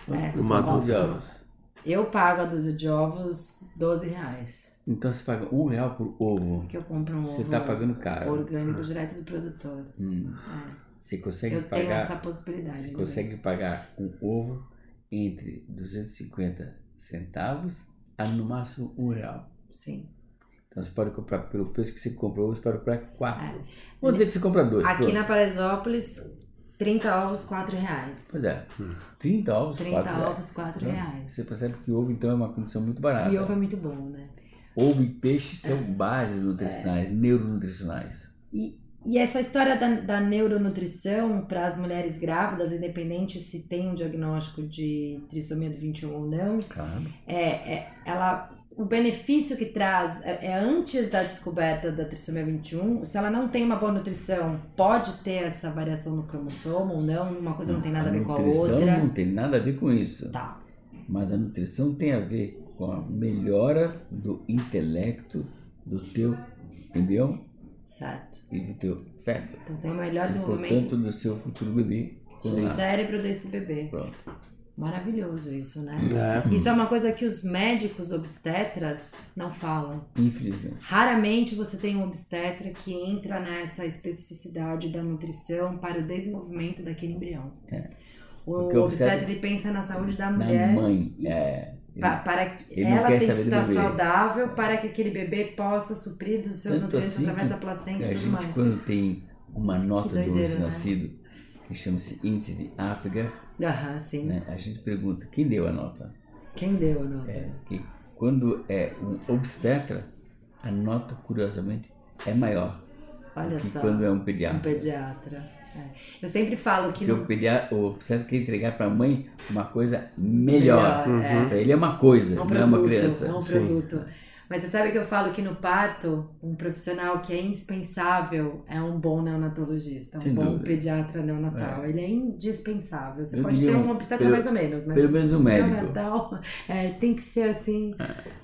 Speaker 5: Quanto
Speaker 4: é,
Speaker 5: custa
Speaker 3: uma
Speaker 5: dúzia de
Speaker 4: dúzia.
Speaker 5: ovos?
Speaker 4: Eu pago a dúzia de ovos 12 reais.
Speaker 5: Então você paga um real por ovo.
Speaker 4: Que eu compro um
Speaker 5: Você
Speaker 4: ovo
Speaker 5: está pagando caro. Ah.
Speaker 4: orgânico direto do produtor.
Speaker 5: Hum,
Speaker 4: É,
Speaker 5: Você consegue
Speaker 4: eu tenho
Speaker 5: pagar.
Speaker 4: essa possibilidade.
Speaker 5: Você
Speaker 4: né?
Speaker 5: consegue pagar um ovo entre 250 centavos a no máximo um real.
Speaker 4: Sim.
Speaker 5: Então você pode comprar pelo preço que você compra ovo, você pode comprar quatro.
Speaker 4: É.
Speaker 5: Vamos dizer que você compra dois.
Speaker 4: Aqui
Speaker 5: pronto.
Speaker 4: na Paraisópolis, 30 ovos, 4 reais.
Speaker 5: Pois é.
Speaker 3: Hum.
Speaker 5: 30 ovos,
Speaker 4: 30
Speaker 5: 4 reais.
Speaker 4: ovos, 4
Speaker 5: Né?
Speaker 4: reais.
Speaker 5: Você percebe que ovo, então, é uma condição muito barata.
Speaker 4: E ovo é muito bom, né?
Speaker 5: Ovo e peixe são bases nutricionais, neuronutricionais.
Speaker 4: E essa história da, da neuronutrição para as mulheres grávidas, independente se tem um diagnóstico de trissomia do 21 ou não,
Speaker 5: Claro.
Speaker 4: é, é- ela, o benefício que traz é, é antes da descoberta da trissomia 21. Se ela não tem uma boa nutrição, pode ter essa variação no cromossomo ou não, uma coisa não tem nada a ver com a
Speaker 5: nutrição
Speaker 4: outra.
Speaker 5: não tem nada a ver com isso.
Speaker 4: Tá.
Speaker 5: Mas a nutrição tem a ver com a melhora do intelecto do teu embrião
Speaker 4: Certo.
Speaker 5: e do teu feto.
Speaker 4: Então tem o melhor
Speaker 5: E,
Speaker 4: desenvolvimento
Speaker 5: portanto, do seu futuro bebê. É quando
Speaker 4: do
Speaker 5: nasce.
Speaker 4: cérebro desse bebê.
Speaker 5: Pronto.
Speaker 4: Maravilhoso isso, né?
Speaker 3: É.
Speaker 4: Isso é uma coisa que os médicos obstetras não falam.
Speaker 5: Infelizmente.
Speaker 4: Raramente você tem um obstetra que entra nessa especificidade da nutrição para o desenvolvimento daquele embrião.
Speaker 5: É.
Speaker 4: O
Speaker 5: Porque o
Speaker 4: obstetra
Speaker 5: obstetra-
Speaker 4: ele pensa na saúde da
Speaker 5: Na
Speaker 4: mulher
Speaker 5: mãe. É.
Speaker 4: pa- para que
Speaker 5: ele não
Speaker 4: ela tem
Speaker 5: quer
Speaker 4: que
Speaker 5: saber do
Speaker 4: estar
Speaker 5: bebê.
Speaker 4: saudável para que aquele bebê possa suprir dos seus
Speaker 5: Tanto
Speaker 4: nutrientes
Speaker 5: assim
Speaker 4: através
Speaker 5: que
Speaker 4: da placenta
Speaker 5: A
Speaker 4: e tudo mais.
Speaker 5: gente, quando tem uma
Speaker 4: Mas que
Speaker 5: nota do
Speaker 4: doideira, né?
Speaker 5: nascido, que chama-se índice de Apgar,
Speaker 4: Aham, sim.
Speaker 5: né, a gente pergunta quem deu a nota.
Speaker 4: Quem deu a nota?
Speaker 5: É, que quando é um obstetra, a nota, curiosamente, é maior
Speaker 4: Olha
Speaker 5: do que
Speaker 4: só.
Speaker 5: quando é um
Speaker 4: Um
Speaker 5: pediatra.
Speaker 4: pediatra. É. Eu sempre falo que
Speaker 5: Porque o,
Speaker 4: não.
Speaker 5: pediatra, o obstetra quer entregar para a mãe uma coisa melhor.
Speaker 3: Uhum.
Speaker 5: Para ele é uma coisa,
Speaker 4: É um
Speaker 5: não
Speaker 4: né? produto,
Speaker 5: é uma criança.
Speaker 4: é um
Speaker 3: Sim.
Speaker 4: produto. Mas você sabe que eu falo que no parto, um profissional que é indispensável é um bom neonatologista, um
Speaker 5: Sem
Speaker 4: bom
Speaker 5: dúvida.
Speaker 4: pediatra neonatal. Ele é indispensável. Você
Speaker 5: Eu
Speaker 4: pode
Speaker 5: diria
Speaker 4: ter
Speaker 5: um-
Speaker 4: um obstetra
Speaker 3: pelo-
Speaker 4: mais ou menos, mas
Speaker 5: Pelo menos o médico. É.
Speaker 4: neonatal é, tem que ser assim,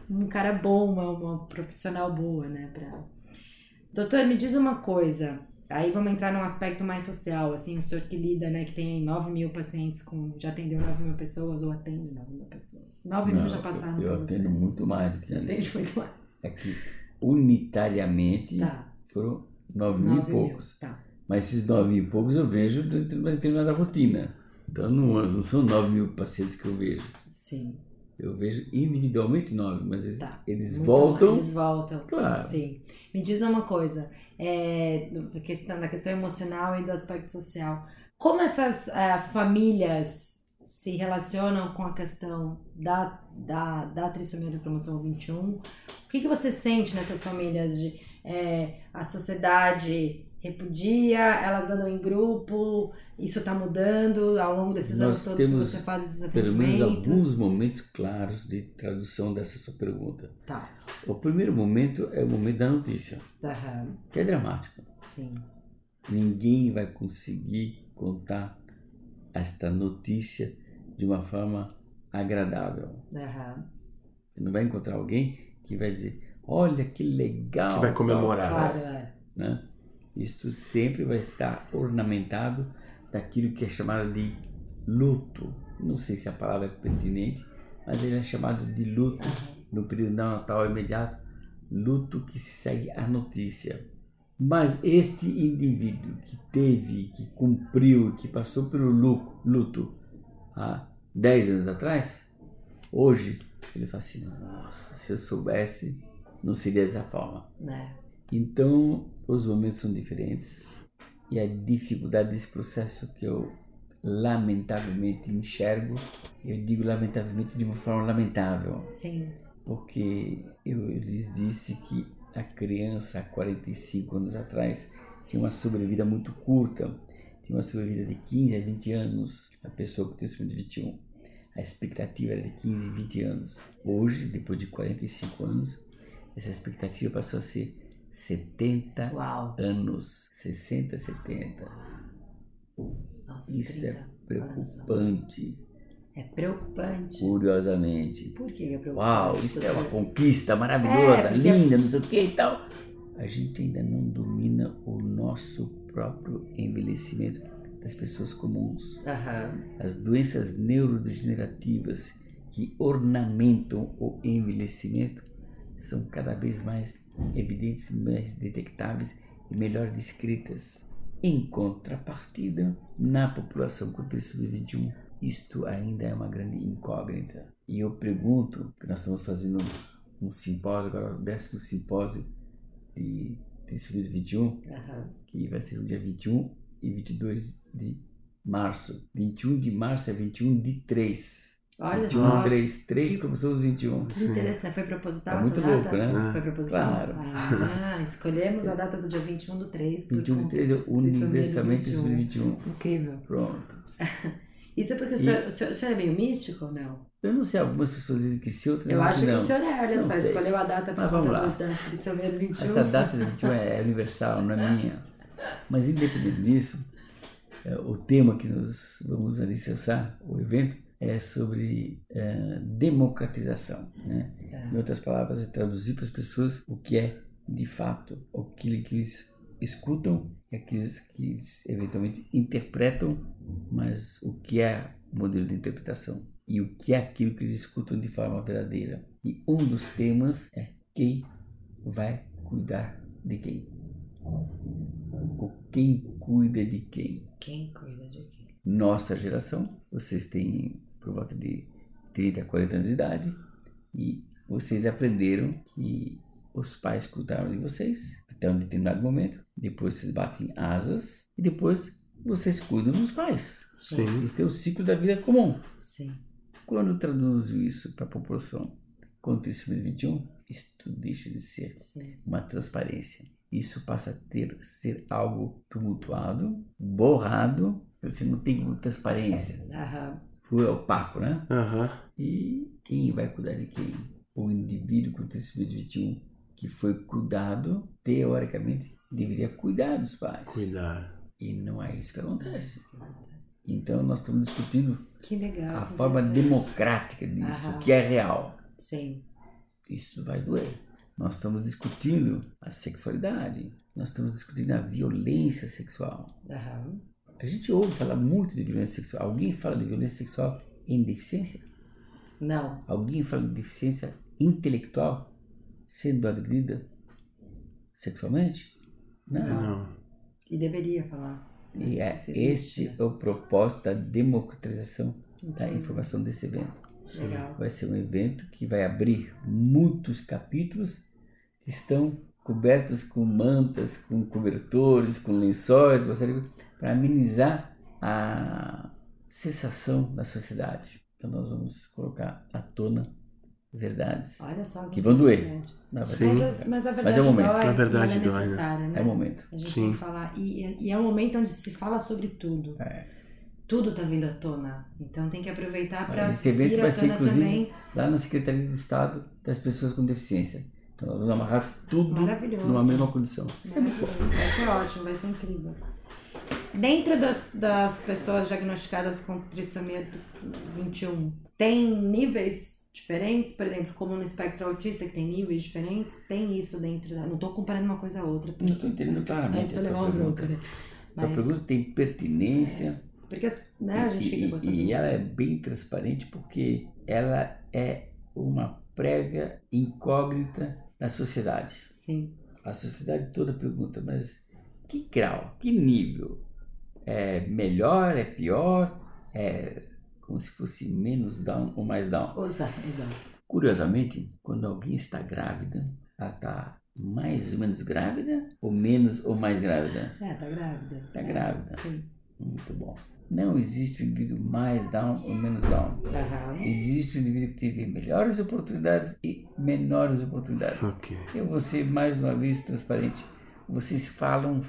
Speaker 4: um cara bom, uma, uma profissional boa, né? Pra... Doutor, me diz uma coisa. Aí vamos entrar num aspecto mais social, assim, o senhor que lida, né, que tem 9 mil pacientes com. Já atendeu 9 mil pessoas ou atende 9 mil pessoas. 9 mil
Speaker 5: Não,
Speaker 4: já passaram
Speaker 5: eu
Speaker 4: por você.
Speaker 5: atendo muito né? mais do que
Speaker 4: Você atende
Speaker 5: isso.
Speaker 4: muito mais.
Speaker 5: É que unitariamente
Speaker 4: Tá.
Speaker 5: foram nove mil e
Speaker 4: 9 mil.
Speaker 5: poucos.
Speaker 4: Tá.
Speaker 5: Mas esses nove mil e poucos eu vejo dentro de uma determinada rotina. Então não, não são nove mil pacientes que eu vejo.
Speaker 4: Sim.
Speaker 5: Eu vejo individualmente nove, mas eles,
Speaker 4: Tá.
Speaker 5: eles
Speaker 4: Muito
Speaker 5: voltam.
Speaker 4: mais, Eles voltam.
Speaker 5: Claro.
Speaker 4: Sim. Me diz uma coisa, é, na questão, da questão emocional e do aspecto social. Como essas é, famílias se relacionam com a questão da, da, da trissomia do cromossomo 21? O que, que você sente nessas famílias? De, é, a sociedade repudia, elas andam em grupo, isso está mudando ao longo desses
Speaker 5: Nós
Speaker 4: anos todos
Speaker 5: temos,
Speaker 4: que você faz esses
Speaker 5: Pelo menos
Speaker 4: atendimentos?
Speaker 5: alguns momentos claros de tradução dessa sua pergunta.
Speaker 4: Tá,
Speaker 5: O primeiro momento é o momento da notícia,
Speaker 4: aham,
Speaker 5: que é dramático.
Speaker 4: sim.
Speaker 5: Ninguém vai conseguir contar esta notícia de uma forma agradável.
Speaker 4: Aham.
Speaker 5: Você não vai encontrar alguém que vai dizer, olha que legal.
Speaker 3: Que vai comemorar.
Speaker 4: Claro, é.
Speaker 5: né? Isto sempre vai estar ornamentado daquilo que é chamado de luto. Não sei se a palavra é pertinente, mas ele é chamado de luto no período Natal imediato, luto que se segue à notícia. Mas este indivíduo que teve, que cumpriu, que passou pelo lu- luto há 10 anos atrás, hoje ele fala assim: nossa, se eu soubesse, não seria dessa forma.
Speaker 4: Né?
Speaker 5: Então, os momentos são diferentes e a dificuldade desse processo que eu lamentavelmente enxergo, eu digo lamentavelmente de uma forma lamentável,
Speaker 4: Sim.
Speaker 5: porque eu lhes disse que a criança há 45 anos atrás tinha uma sobrevida muito curta, tinha uma sobrevida de 15 a 20 anos, a pessoa que tem acima de 21. A expectativa era de 15, 20 anos. Hoje, depois de 45 anos, essa expectativa passou a ser 70
Speaker 4: Uau.
Speaker 5: anos, 60, 70.
Speaker 4: Nossa,
Speaker 5: Isso é
Speaker 4: 30.
Speaker 5: preocupante,
Speaker 4: É preocupante.
Speaker 5: curiosamente.
Speaker 4: Por que é preocupante?
Speaker 5: Uau, isso é uma
Speaker 4: doutor?
Speaker 5: conquista maravilhosa,
Speaker 4: É, porque-
Speaker 5: linda, não sei o que e tal. A gente ainda não domina o nosso próprio envelhecimento das pessoas comuns.
Speaker 4: Aham.
Speaker 5: As doenças neurodegenerativas que ornamentam o envelhecimento são cada vez mais evidentes, mais detectáveis e melhor descritas. Em contrapartida, na população com trissomia 21, isto ainda é uma grande incógnita. E eu pergunto, que nós estamos fazendo um simpósio, agora o décimo simpósio de trissomia 21,
Speaker 4: Aham.
Speaker 5: que vai ser no dia 21 e 22 de março. 21 de março é 21 de 3.
Speaker 4: Olha
Speaker 5: 21
Speaker 4: só.
Speaker 5: de 3, 3
Speaker 4: Que-
Speaker 5: começamos 21.
Speaker 4: Que interessante. Foi proposital
Speaker 5: É muito
Speaker 4: essa data?
Speaker 5: louco, né?
Speaker 4: Foi proposital.
Speaker 5: Claro.
Speaker 4: Ah, escolhemos a data do dia 21 do 3. por
Speaker 5: 21 de
Speaker 4: conta
Speaker 5: 3 é
Speaker 4: do trissomia do
Speaker 5: universalmente 21.
Speaker 4: Incrível.
Speaker 5: Pronto.
Speaker 4: Isso é porque o
Speaker 5: E-
Speaker 4: senhor, o senhor- o senhor é meio místico ou não?
Speaker 5: Eu não sei, algumas pessoas dizem que sim, outras
Speaker 4: Eu acho que
Speaker 5: não.
Speaker 4: o senhor é, olha
Speaker 5: Não
Speaker 4: só,
Speaker 5: sei.
Speaker 4: escolheu a data
Speaker 5: Mas
Speaker 4: por
Speaker 5: vamos lá.
Speaker 4: conta do- da trissomia do 21.
Speaker 5: Essa data de 21 é universal, não é minha. Mas independente disso, é, o tema que nós vamos alicerçar, o evento, é sobre eh, democratização. Né?
Speaker 4: Tá.
Speaker 5: Em outras palavras, é traduzir para as pessoas o que é de fato, aquilo que eles escutam e aqueles que eles eventualmente interpretam, mas o que é o modelo de interpretação e o que é aquilo que eles escutam de forma verdadeira. E um dos temas é quem vai cuidar de quem. Ou quem cuida de quem
Speaker 4: Quem cuida de quem?
Speaker 5: nossa geração, vocês têm por volta de 30, 40 anos de idade e vocês aprenderam que os pais cuidaram de vocês até um determinado momento, depois vocês batem asas e depois vocês cuidam dos pais.
Speaker 3: Sim.
Speaker 5: Esse é o ciclo da vida comum.
Speaker 4: Sim.
Speaker 5: Quando eu traduzo isso para a população contra o século XXI, isso tudo um, deixa de ser
Speaker 4: Sim.
Speaker 5: uma transparência. Isso passa a ter, ser algo tumultuado, borrado, você não tem como transparência.
Speaker 4: Aham.
Speaker 5: Foi opaco, né?
Speaker 3: Aham.
Speaker 5: E quem vai cuidar de quem? O indivíduo com tecido 21 que foi cuidado, teoricamente, deveria cuidar dos pais.
Speaker 3: Cuidar.
Speaker 5: E não é isso que acontece. Então nós estamos discutindo
Speaker 4: É Que legal.
Speaker 5: a forma
Speaker 4: interessante.
Speaker 5: democrática disso,
Speaker 4: Aham.
Speaker 5: o que é real.
Speaker 4: Sim.
Speaker 5: isso vai doer. Nós estamos discutindo a sexualidade, nós estamos discutindo a violência sexual.
Speaker 4: Aham.
Speaker 5: A gente ouve falar muito de violência sexual. Alguém fala de violência sexual em deficiência?
Speaker 4: Não.
Speaker 5: Alguém fala de deficiência intelectual sendo agredida sexualmente? Não.
Speaker 3: Não.
Speaker 4: E deveria falar.
Speaker 5: E é,
Speaker 4: Isso existe,
Speaker 5: este é o propósito da democratização
Speaker 4: né?
Speaker 5: da É, informação desse evento.
Speaker 4: Legal.
Speaker 5: vai ser um evento que vai abrir muitos capítulos que estão cobertos com mantas, com cobertores, com lençóis, para amenizar a sensação da sociedade. Então nós vamos colocar à tona verdades.
Speaker 4: Olha só que,
Speaker 5: Que vão doer.
Speaker 4: interessante.
Speaker 5: Na verdade,
Speaker 3: Sim.
Speaker 4: Mas, as- mas a verdade
Speaker 5: é o momento.
Speaker 4: dói,
Speaker 3: Na verdade
Speaker 4: ela é
Speaker 3: dói, né?
Speaker 4: necessária, né?
Speaker 5: é o momento.
Speaker 4: A gente
Speaker 3: Sim.
Speaker 4: tem que falar. E, e é um momento onde se fala sobre tudo.
Speaker 5: É.
Speaker 4: Tudo tá vindo à tona. Então tem que aproveitar
Speaker 5: Ah,
Speaker 4: pra
Speaker 5: esse evento
Speaker 4: vir
Speaker 5: vai
Speaker 4: à
Speaker 5: ser,
Speaker 4: tona
Speaker 5: inclusive,
Speaker 4: também.
Speaker 5: Lá na Secretaria de Estado das Pessoas com Deficiência. Então nós vamos amarrar tudo
Speaker 4: Maravilhoso.
Speaker 5: numa mesma condição. Isso é muito bom.
Speaker 4: Maravilhoso. Vai ser ótimo, vai ser incrível. Dentro das, das pessoas diagnosticadas com trissomia 21, tem níveis diferentes? Por exemplo, como no espectro autista, que tem níveis diferentes, tem isso dentro da. Não tô comparando uma coisa a outra.
Speaker 5: Não estou entendendo claramente.
Speaker 4: Mas tô
Speaker 5: a tua
Speaker 4: levando
Speaker 5: pergunta.
Speaker 4: bronca, né?
Speaker 5: A pergunta tem pertinência.
Speaker 4: Porque né, a gente
Speaker 5: E-
Speaker 4: fica
Speaker 5: e-
Speaker 4: gostando.
Speaker 5: E ela é bem transparente porque ela é uma prévia incógnita da sociedade.
Speaker 4: Sim,
Speaker 5: A sociedade toda pergunta, mas que grau, que nível? É melhor, é pior, é como se fosse menos down ou mais down?
Speaker 4: exato, exato.
Speaker 5: Curiosamente, quando alguém está grávida, ela está mais ou menos grávida ou menos ou mais grávida?
Speaker 4: É, tá grávida. É,
Speaker 5: Tá grávida.
Speaker 4: Sim.
Speaker 5: Muito bom. Não existe um indivíduo mais down ou menos down.
Speaker 4: Aham.
Speaker 5: Existe um indivíduo que teve melhores oportunidades e menores oportunidades.
Speaker 3: Ok.
Speaker 5: Eu vou ser mais uma vez transparente. Vocês falam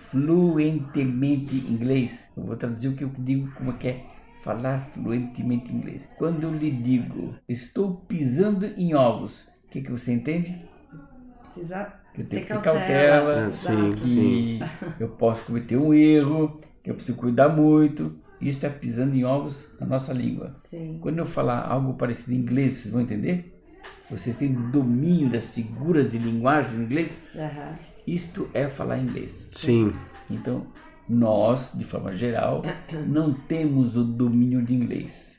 Speaker 5: fluentemente inglês. Eu vou traduzir o que eu digo como é que é falar fluentemente inglês. Quando eu lhe digo, estou pisando em ovos, o que, que você entende?
Speaker 4: Precisa
Speaker 5: Que eu tenho
Speaker 4: ter
Speaker 5: que ter
Speaker 4: cautela.
Speaker 5: cautela,
Speaker 3: É, sim.
Speaker 4: Exato.
Speaker 5: que eu posso cometer um erro, que eu preciso cuidar muito. Isso é pisando em ovos na nossa língua.
Speaker 4: Sim.
Speaker 5: Quando eu falar algo parecido em inglês, vocês vão entender? Vocês têm domínio das figuras de linguagem em inglês?
Speaker 4: Aham.
Speaker 5: Isto é falar inglês.
Speaker 3: Sim.
Speaker 5: Então, nós, de
Speaker 4: [coughs]
Speaker 5: forma geral, não temos o domínio de inglês.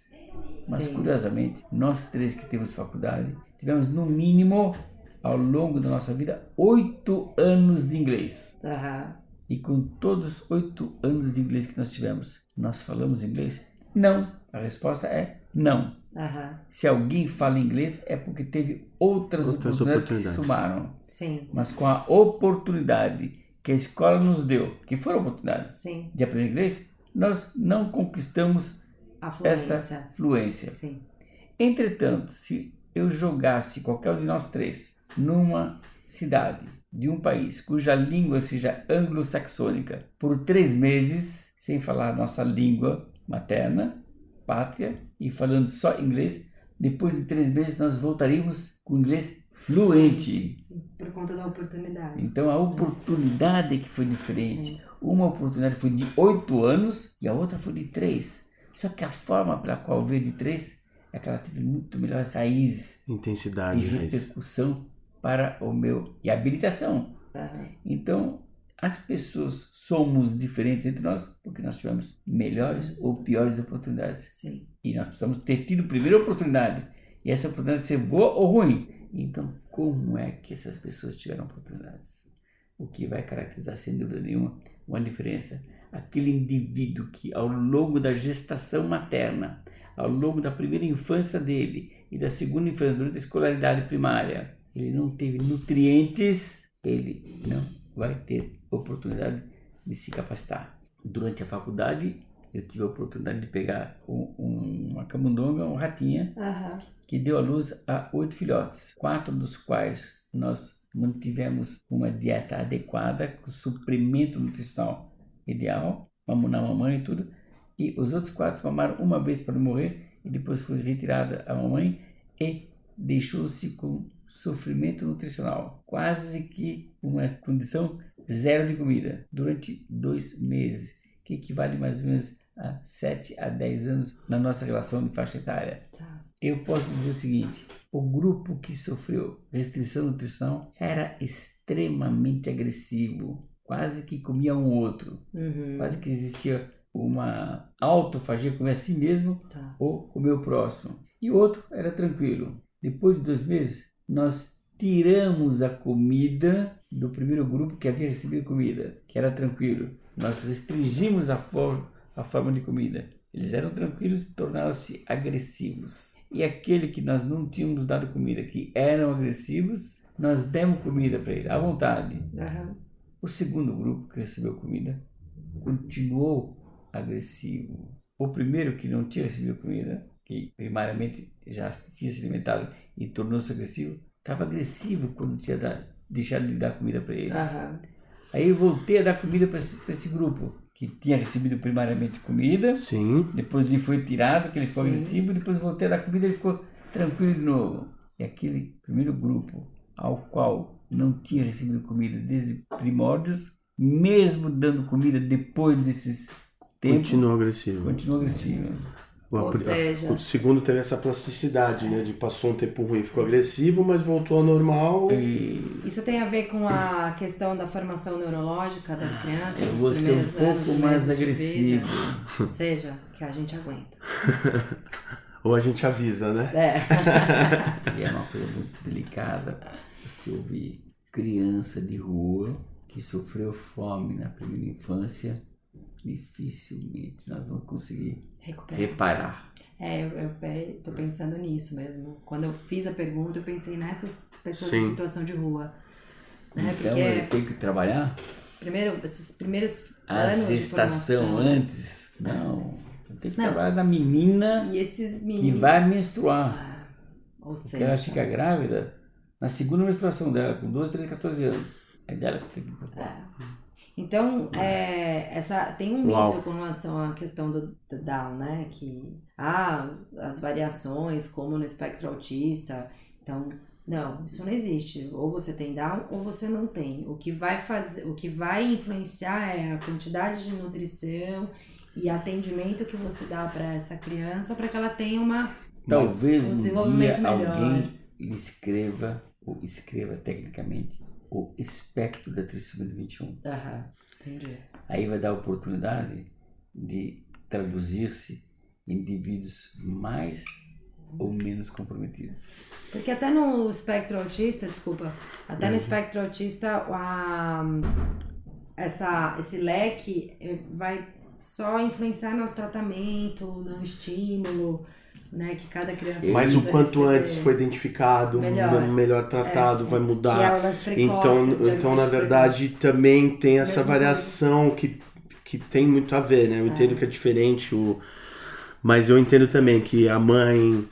Speaker 5: Mas,
Speaker 4: Sim.
Speaker 5: curiosamente, nós três que temos faculdade, tivemos no mínimo, ao longo da nossa vida, oito anos de inglês.
Speaker 4: Aham.
Speaker 5: E com todos os oito anos de inglês que nós tivemos, nós falamos inglês? Não. A resposta é não.
Speaker 4: Aham.
Speaker 5: Se alguém fala inglês é porque teve outras,
Speaker 3: Outras
Speaker 5: oportunidades, que se
Speaker 3: oportunidades.
Speaker 5: somaram.
Speaker 4: Sim.
Speaker 5: Mas com a oportunidade que a escola nos deu, que foram oportunidades
Speaker 4: Sim.
Speaker 5: de aprender inglês, nós não conquistamos
Speaker 4: A
Speaker 5: esta
Speaker 4: fluência.
Speaker 5: fluência.
Speaker 4: Sim.
Speaker 5: Entretanto, se eu jogasse qualquer um de nós três numa cidade de um país cuja língua seja anglo-saxônica por três meses, sem falar a nossa língua materna, pátria, e falando só inglês, depois de três meses nós voltaríamos com inglês fluente.
Speaker 4: Sim. Por conta da oportunidade.
Speaker 5: Então a oportunidade que foi diferente. Uma oportunidade foi de oito anos e a outra foi de três. Só que a forma pela qual veio de três é que ela teve muito melhor raiz
Speaker 3: Intensidade,
Speaker 5: e
Speaker 3: Ah, raiz.
Speaker 5: repercussão para o meu e habilitação.
Speaker 4: Aham.
Speaker 5: Então, as pessoas somos diferentes entre nós porque nós tivemos melhores ou piores oportunidades.
Speaker 4: Sim.
Speaker 5: E nós precisamos ter tido primeira oportunidade. E essa oportunidade ser boa ou ruim. Então, como é que essas pessoas tiveram oportunidades? O que vai caracterizar, sem dúvida nenhuma, uma diferença. Aquele indivíduo que, ao longo da gestação materna, ao longo da primeira infância dele e da segunda infância, durante a escolaridade primária, ele não teve nutrientes, ele não vai ter oportunidade de se capacitar. Durante a faculdade, eu tive a oportunidade de pegar um- um- uma camundonga, um ratinha,
Speaker 4: Aham.
Speaker 5: que deu à luz a oito filhotes, quatro dos quais nós mantivemos uma dieta adequada, com suprimento nutricional ideal, mamãe na mamãe e tudo, e os outros quatro mamaram uma vez para não morrer, e depois foi retirada a mamãe e deixou-se com sofrimento nutricional, quase que uma condição zero de comida, durante dois meses que equivale mais ou menos a 7 a 10 anos na nossa relação de faixa etária.
Speaker 4: Tá.
Speaker 5: Eu posso dizer o seguinte: o grupo que sofreu restrição nutricional era extremamente agressivo, quase que comia um outro,
Speaker 4: Uhum.
Speaker 5: quase que existia uma autofagia, comer a si mesmo
Speaker 4: Tá.
Speaker 5: ou comer o próximo. E o outro era tranquilo. Depois de dois meses, nós tiramos a comida do primeiro grupo que havia recebido comida, que era tranquilo. Nós restringimos a forma, a forma de comida. Eles eram tranquilos e tornaram-se agressivos. E aquele que nós não tínhamos dado comida, que eram agressivos, nós demos comida para ele, à vontade.
Speaker 4: Aham.
Speaker 5: O segundo grupo que recebeu comida continuou agressivo. O primeiro que não tinha recebido comida, que primariamente já tinha se alimentado e tornou-se agressivo, estava agressivo quando tinha dado, deixado de dar comida para ele.
Speaker 4: Aham.
Speaker 5: Aí eu voltei a dar comida para esse, pra esse grupo, que tinha recebido primariamente comida,
Speaker 3: Sim.
Speaker 5: depois ele foi tirado, que ele ficou
Speaker 4: Sim.
Speaker 5: agressivo, depois voltei a dar comida ele ficou tranquilo de novo. E aquele primeiro grupo ao qual não tinha recebido comida desde primórdios, mesmo dando comida depois desses tempos,
Speaker 3: Continua agressivo.
Speaker 5: continua agressivo.
Speaker 3: O,
Speaker 4: Ou
Speaker 3: apri-
Speaker 4: seja,
Speaker 3: o segundo teve essa plasticidade, né? De passou um tempo ruim, ficou agressivo, mas voltou ao normal.
Speaker 5: E
Speaker 4: isso tem a ver com a questão da formação neurológica das crianças?
Speaker 5: Ah, eu
Speaker 4: dos
Speaker 5: vou ser um
Speaker 4: Assim, primeiros anos,
Speaker 5: pouco mais
Speaker 4: meses de
Speaker 5: agressivo.
Speaker 4: vida? Seja, que a gente
Speaker 5: [laughs]
Speaker 4: aguenta.
Speaker 3: Ou a gente avisa, né?
Speaker 4: É.
Speaker 5: E é uma coisa
Speaker 4: [laughs]
Speaker 5: muito delicada se ouvir. Criança de rua que sofreu fome na primeira infância, dificilmente nós vamos conseguir
Speaker 4: Recuperar.
Speaker 5: reparar.
Speaker 4: É, eu, eu pe- tô pensando nisso mesmo. Quando eu fiz a pergunta, eu pensei nessas pessoas
Speaker 3: Sim.
Speaker 4: em situação de rua. Né?
Speaker 5: Então
Speaker 4: Porque
Speaker 5: eu tenho que trabalhar
Speaker 4: esses primeiro, esses primeiros
Speaker 5: a
Speaker 4: anos de
Speaker 5: gestação
Speaker 4: formação-
Speaker 5: antes. Não. Eu tenho que
Speaker 4: Não.
Speaker 5: trabalhar na menina
Speaker 4: E esses
Speaker 5: né? que
Speaker 4: meninos.
Speaker 5: vai menstruar.
Speaker 4: Ah, Ou
Speaker 5: Porque
Speaker 4: seja,
Speaker 5: ela fica grávida na segunda menstruação dela, com 12, 13, 14 anos. É dela que tem que preocupar.
Speaker 4: é. Então, é, essa, tem um
Speaker 3: Uau.
Speaker 4: mito com relação à questão do, do Down, né? Que, ah, as variações, como no espectro autista. Então, não, isso não existe. Ou você tem Down ou você não tem. O que vai fazer, o que vai influenciar é a quantidade de nutrição e atendimento que você dá para essa criança para que ela tenha uma
Speaker 5: Talvez
Speaker 4: Um
Speaker 5: um dia
Speaker 4: desenvolvimento melhor.
Speaker 5: alguém escreva, ou escreva tecnicamente, o espectro da trissomia 21.
Speaker 4: Aham, entendi.
Speaker 5: Aí vai dar oportunidade de traduzir-se em indivíduos mais ou menos comprometidos.
Speaker 4: Porque até no espectro autista, desculpa, até no
Speaker 3: Uhum.
Speaker 4: espectro autista, a, essa, esse leque eh, vai só influenciar no tratamento, no estímulo, né, que cada criança
Speaker 3: Mas o
Speaker 4: precisa
Speaker 3: quanto
Speaker 4: receber.
Speaker 3: antes foi identificado,
Speaker 4: Melhor.
Speaker 3: me- melhor tratado, vai
Speaker 4: Que é
Speaker 3: mudar.
Speaker 4: o lance precoce, o
Speaker 3: então, então,
Speaker 4: diagnóstico
Speaker 3: na verdade, também tem essa
Speaker 4: Mesmo
Speaker 3: variação que, que tem muito a ver, né? Eu
Speaker 4: É.
Speaker 3: entendo que é diferente, o... mas eu entendo também que a mãe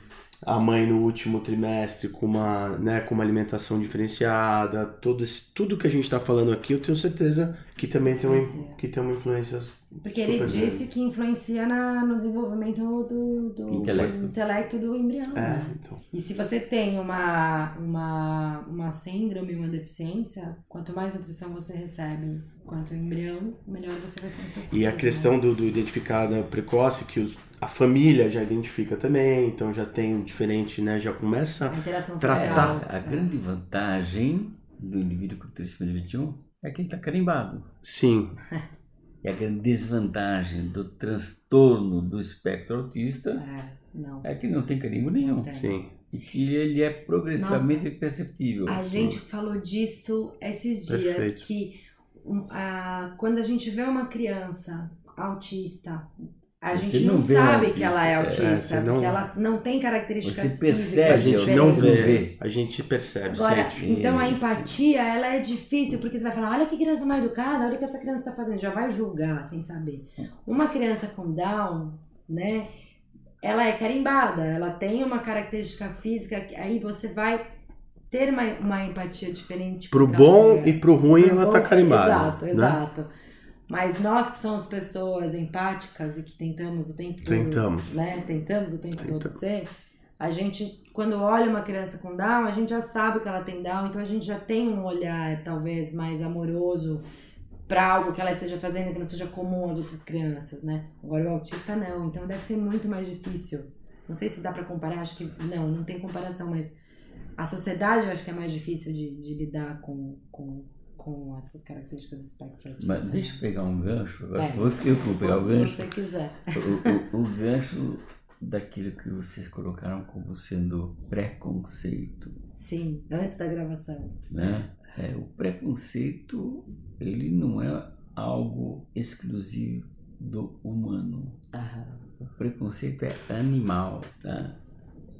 Speaker 3: a mãe no último trimestre com uma, né, com uma alimentação diferenciada, todo esse, tudo que a gente está falando aqui, eu tenho certeza que também tem uma,
Speaker 4: Influencia.
Speaker 3: que tem uma influência.
Speaker 4: Porque ele
Speaker 3: super grande.
Speaker 4: disse que influencia na- no desenvolvimento do, do
Speaker 5: Intelecto.
Speaker 4: do intelecto do embrião,
Speaker 3: É,
Speaker 4: né?
Speaker 3: então.
Speaker 4: E se você tem uma, uma, uma uma síndrome, uma deficiência, quanto mais nutrição você recebe quanto embrião, melhor você vai ser no seu né?
Speaker 3: E a
Speaker 4: futuro,
Speaker 3: questão do, do identificada precoce, que os- a família já identifica também, então já tem diferente, né? Já começa.
Speaker 4: né? A interação
Speaker 3: tratar.
Speaker 4: social.
Speaker 5: É,
Speaker 4: É.
Speaker 5: A grande vantagem do indivíduo com trissomia 21 é que ele está carimbado.
Speaker 3: Sim,
Speaker 5: E a grande desvantagem do transtorno do espectro autista
Speaker 4: É, não.
Speaker 5: é que não tem carimbo nenhum.
Speaker 4: Tem.
Speaker 3: sim.
Speaker 5: E que ele é progressivamente perceptível.
Speaker 4: A gente falou disso esses dias,
Speaker 3: Perfeito.
Speaker 4: que um, a- quando a gente vê uma criança autista, a
Speaker 5: Você
Speaker 4: gente
Speaker 5: não
Speaker 4: não,
Speaker 5: vê um
Speaker 4: sabe que
Speaker 5: autista,
Speaker 4: ela é
Speaker 5: é,
Speaker 4: autista,
Speaker 3: você não-
Speaker 4: porque ela não tem características
Speaker 5: Você percebe,
Speaker 3: A
Speaker 5: É,
Speaker 3: gente
Speaker 5: eu-
Speaker 3: não vê,
Speaker 5: diferentes.
Speaker 3: a gente percebe,
Speaker 4: Agora,
Speaker 3: sente.
Speaker 4: então a empatia, ela é difícil, porque você vai falar, olha que criança mal educada, olha o que essa criança tá fazendo, já vai julgar sem saber. Uma criança com Down, né, ela é carimbada, ela tem uma característica física, que aí você vai ter uma, uma empatia diferente.
Speaker 3: Pro
Speaker 4: pra
Speaker 3: bom
Speaker 4: mulher.
Speaker 3: e pro ruim
Speaker 4: Pro
Speaker 3: ela
Speaker 4: bom-
Speaker 3: tá carimbada.
Speaker 4: Exato,
Speaker 3: né?
Speaker 4: exato. Mas nós que somos pessoas empáticas e que tentamos o tempo todo
Speaker 3: Tentamos.
Speaker 4: né? Tentamos o tempo todo
Speaker 3: Tentamos.
Speaker 4: ser. A gente, quando olha uma criança com Down, a gente já sabe que ela tem Down, então a gente já tem um olhar talvez mais amoroso pra algo que ela esteja fazendo que não seja comum às outras crianças, né? Agora o autista não, então deve ser muito mais difícil. Não sei se dá pra comparar, acho que não, não tem comparação, mas a sociedade eu acho que é mais difícil de, de lidar com, com, com essas características do espectro autista.
Speaker 5: Mas deixa eu pegar um gancho. Agora
Speaker 4: É.
Speaker 5: foi eu que vou pegar o
Speaker 4: Se
Speaker 5: gancho.
Speaker 4: você quiser.
Speaker 5: O, o- o gancho daquilo que vocês colocaram como sendo preconceito,
Speaker 4: Sim, antes da gravação.
Speaker 5: né? É, o preconceito, ele não é algo exclusivo do humano. O preconceito é animal, tá?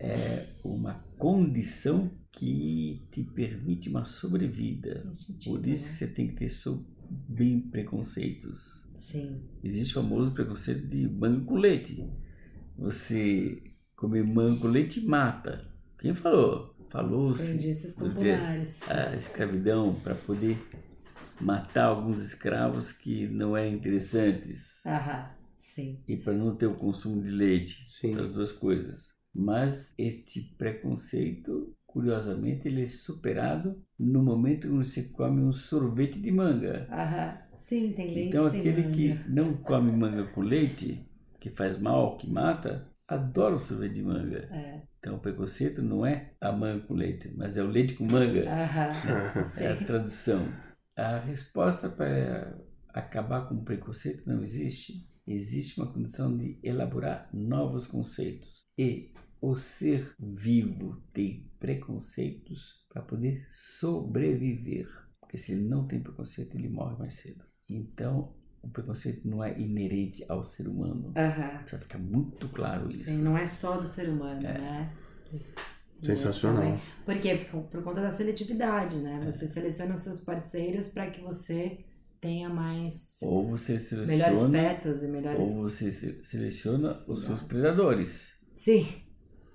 Speaker 5: É uma condição que te permite uma sobrevida. Por isso que você tem que ter so- bem preconceitos.
Speaker 4: é. Sim.
Speaker 5: Existe o famoso preconceito de banho com leite. Você comer banho com leite mata. Quem falou?
Speaker 4: Os
Speaker 5: Falou-se
Speaker 4: indícios
Speaker 5: Quer dizer,
Speaker 4: populares.
Speaker 5: a escravidão para poder matar alguns escravos que não eram interessantes
Speaker 4: Aham, sim.
Speaker 5: e para não ter o consumo de leite. As
Speaker 3: Sim.
Speaker 5: duas coisas. Mas este preconceito, curiosamente, ele é superado no momento em que você come um sorvete de manga.
Speaker 4: Aham, sim, tem leite,
Speaker 5: Então
Speaker 4: tem
Speaker 5: aquele
Speaker 4: manga.
Speaker 5: que não come manga com leite, que faz mal, que mata, adora o sorvete de manga.
Speaker 4: É,
Speaker 5: Então o preconceito não é a manga com leite, mas é o leite com manga.
Speaker 4: aham,
Speaker 5: [laughs]
Speaker 4: sim.
Speaker 5: É a tradução. A resposta para acabar com o preconceito não existe. Existe uma condição de elaborar novos conceitos. E o ser vivo tem preconceitos para poder sobreviver. Porque se ele não tem preconceito, ele morre mais cedo. Então, o preconceito não é inerente ao ser humano.
Speaker 4: Aham.
Speaker 5: Precisa ficar muito claro isso.
Speaker 4: Sim, não é só do ser humano,
Speaker 5: É.
Speaker 4: né?
Speaker 3: Sensacional.
Speaker 4: Também- Por quê? Por, por conta da seletividade,
Speaker 5: É.
Speaker 4: né? Você seleciona os seus parceiros para que você tenha mais
Speaker 5: Ou você
Speaker 4: melhores
Speaker 5: seleciona,
Speaker 4: fetos e melhores.
Speaker 5: ou você se- seleciona os seus predadores.
Speaker 4: Sim,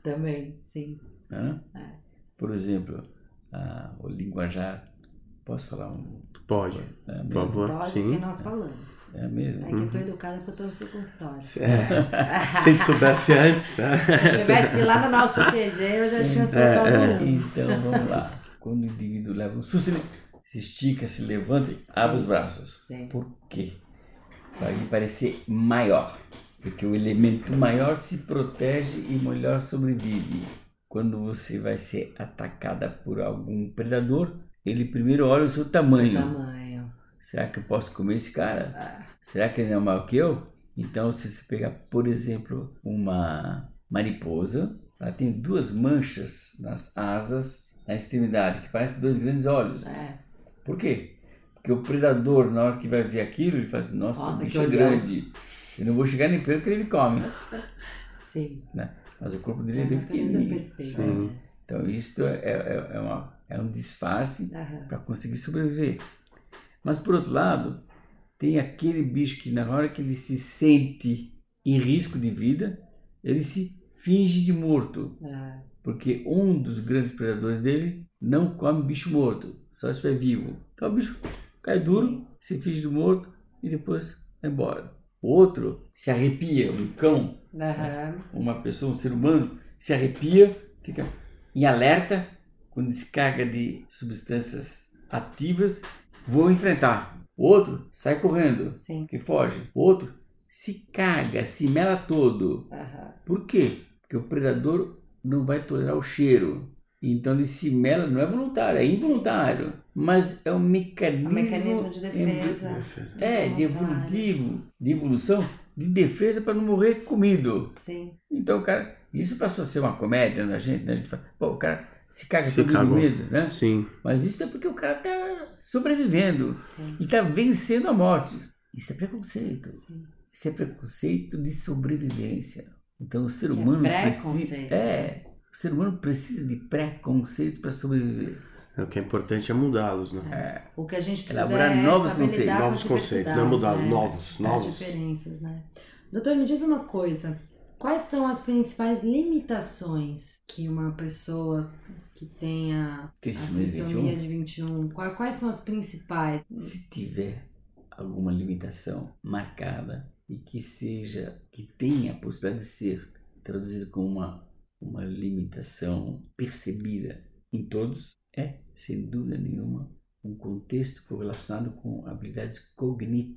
Speaker 4: também, sim.
Speaker 5: né?
Speaker 4: É.
Speaker 5: Por exemplo, ah, o linguajar. Posso falar um?
Speaker 3: Pode.
Speaker 5: É mesmo?
Speaker 3: Por favor.
Speaker 4: Pode,
Speaker 3: Sim.
Speaker 4: porque nós falamos.
Speaker 5: É
Speaker 4: É
Speaker 5: mesmo.
Speaker 4: que eu tô educada porque eu tô no seu
Speaker 5: [laughs]
Speaker 4: consultório.
Speaker 3: É, se a gente
Speaker 4: [laughs]
Speaker 3: soubesse antes. né?
Speaker 4: Se eu tivesse lá no
Speaker 5: [laughs]
Speaker 4: nosso PG, eu já
Speaker 3: É,
Speaker 4: tinha
Speaker 5: É,
Speaker 4: soltado um.
Speaker 5: Então vamos lá. Quando o indivíduo leva um susto, ele se estica, se levanta e
Speaker 4: Sim.
Speaker 5: abre os braços.
Speaker 4: Sim.
Speaker 5: Por quê? Para ele parecer maior. Porque o elemento maior se protege e melhor sobrevive. Quando você vai ser atacada por algum predador, ele primeiro olha o seu
Speaker 4: Seu
Speaker 5: tamanho.
Speaker 4: tamanho.
Speaker 5: Será que eu posso comer esse cara?
Speaker 4: Ah,
Speaker 5: Será que ele não é maior que eu? Então, se você pegar, por exemplo, uma mariposa, ela tem duas manchas nas asas, na extremidade, que parecem dois grandes olhos.
Speaker 4: é.
Speaker 5: Por quê? Porque o predador, na hora que vai ver aquilo, ele faz, nossa,
Speaker 4: Nossa,
Speaker 5: o bicho
Speaker 4: que
Speaker 5: é
Speaker 4: olhão."
Speaker 5: grande. Eu não vou chegar nem perto que ele me come.
Speaker 4: Sim.
Speaker 5: Mas o corpo dele
Speaker 4: A
Speaker 5: é bem
Speaker 4: natureza
Speaker 5: pequenininho.
Speaker 4: perfeita.
Speaker 3: Sim.
Speaker 4: né?
Speaker 5: Então, isso é, é- é uma- é um disfarce
Speaker 4: Aham.
Speaker 5: para conseguir sobreviver. Mas por outro lado, tem aquele bicho que na hora que ele se sente em risco de vida, ele se finge de morto,
Speaker 4: Ah,
Speaker 5: porque um dos grandes predadores dele não come bicho morto, só se estiver vivo. Então o bicho cai
Speaker 4: Sim.
Speaker 5: duro, se finge de morto e depois vai embora. O outro se arrepia, um cão,
Speaker 4: Aham.
Speaker 5: uma pessoa, um ser humano, se arrepia, fica em alerta, com descarga de substâncias ativas, vou enfrentar. Outro sai correndo,
Speaker 4: Sim.
Speaker 5: que foge. Outro se caga, se mela todo.
Speaker 4: Aham.
Speaker 5: Por quê? Porque o predador não vai tolerar o cheiro. Então ele se mela, não é voluntário, é involuntário. Mas é um
Speaker 4: É
Speaker 5: mecanismo.
Speaker 4: um mecanismo de defesa.
Speaker 3: Perfeito.
Speaker 5: É, de
Speaker 4: Voluntário.
Speaker 5: evolutivo, de evolução, de defesa para não morrer comido.
Speaker 4: Sim.
Speaker 5: Então, o cara, isso passou a ser uma comédia na gente, né? A gente fala, pô, o cara se caga
Speaker 3: Se
Speaker 5: todo de
Speaker 3: cagou.
Speaker 5: medo, né?
Speaker 3: Sim.
Speaker 5: Mas isso é porque o cara tá sobrevivendo
Speaker 4: Sim.
Speaker 5: e tá vencendo a morte. Isso é preconceito.
Speaker 4: Sim.
Speaker 5: Isso é preconceito de sobrevivência. Então, o ser
Speaker 4: Que é
Speaker 5: humano precisa.
Speaker 4: preconceito.
Speaker 5: É, o ser humano precisa de preconceito para sobreviver.
Speaker 3: O que é importante é mudá-los, né?
Speaker 5: É,
Speaker 4: O que a gente precisa
Speaker 5: Elaborar
Speaker 4: é
Speaker 5: novos
Speaker 4: saber
Speaker 5: conceitos,
Speaker 4: lidar com a
Speaker 3: novos conceitos,
Speaker 4: diversidade,
Speaker 3: não mudá-los,
Speaker 4: né?
Speaker 3: novos,
Speaker 4: As
Speaker 3: novos.
Speaker 4: diferenças, né? Doutor, me diz uma coisa. Quais são as principais limitações que uma pessoa que tenha a
Speaker 5: triste, mas,
Speaker 4: trissomia
Speaker 5: 21.
Speaker 4: de 21, qua- quais são as principais?
Speaker 5: se tiver alguma limitação marcada e que seja que tenha a possibilidade de ser traduzida como uma uma limitação percebida em todos é sem dúvida nenhuma um contexto correlacionado com habilidades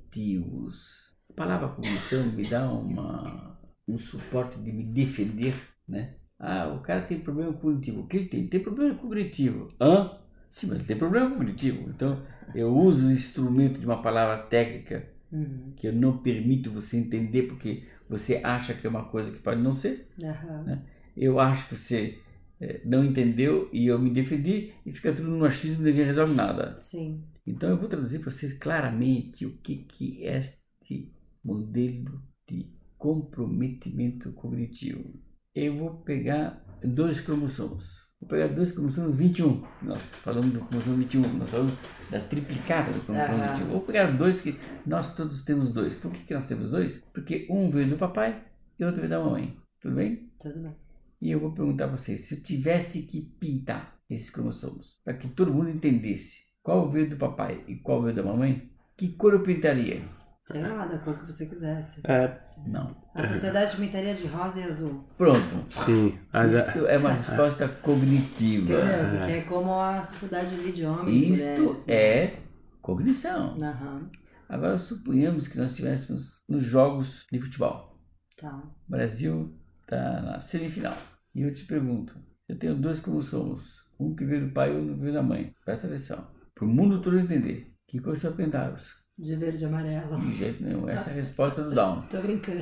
Speaker 5: cognitivos a palavra cognição me dá uma um suporte de me defender né ah o cara tem problema cognitivo o que ele tem tem problema cognitivo Hã? sim mas ele tem problema cognitivo então eu uso o instrumento de uma palavra técnica
Speaker 4: Hum,
Speaker 5: que eu não permito você entender porque você acha que é uma coisa que pode não ser.
Speaker 4: aham.
Speaker 5: É. Eu acho que você eh, não entendeu e eu me defendi e fica tudo no achismo e ninguém resolve nada.
Speaker 4: Sim.
Speaker 5: Então eu vou traduzir para vocês claramente o que, que é este modelo de comprometimento cognitivo. Eu vou pegar dois cromossomos. Vou pegar dois cromossomos 21. Nós falamos do cromossomo 21, nós falamos da triplicada do cromossomo
Speaker 4: Aham.
Speaker 5: 21. Vou pegar dois porque nós todos temos dois. Por que, que nós temos dois? Porque um veio do papai e outro veio da mamãe. Tudo bem?
Speaker 4: Tudo bem.
Speaker 5: E eu vou perguntar para vocês, se eu tivesse que pintar esses cromossomos, para que todo mundo entendesse qual veio do papai e qual veio da mamãe, que cor eu pintaria?
Speaker 4: Sei
Speaker 5: É.
Speaker 4: lá, da cor que você quisesse.
Speaker 3: É,
Speaker 5: Não.
Speaker 4: A sociedade pintaria de rosa e azul.
Speaker 5: Pronto.
Speaker 3: sim. Mas é-
Speaker 5: Isto
Speaker 3: [laughs]
Speaker 5: é uma resposta cognitiva.
Speaker 4: Entendeu? Porque é como a sociedade vê de homens e mulheres. né?
Speaker 5: Isto é cognição.
Speaker 4: Aham,
Speaker 5: Agora suponhamos que nós estivéssemos nos jogos de futebol.
Speaker 4: tá.
Speaker 5: O Brasil está na semifinal. E eu te pergunto, eu tenho dois cromossomos, um que veio do pai e um que veio da mãe. Presta atenção. Para o mundo todo entender, que cor são pentágonos?
Speaker 4: De verde e amarelo. [laughs]
Speaker 5: De jeito nenhum. Essa é a resposta do Down.
Speaker 4: Tô brincando.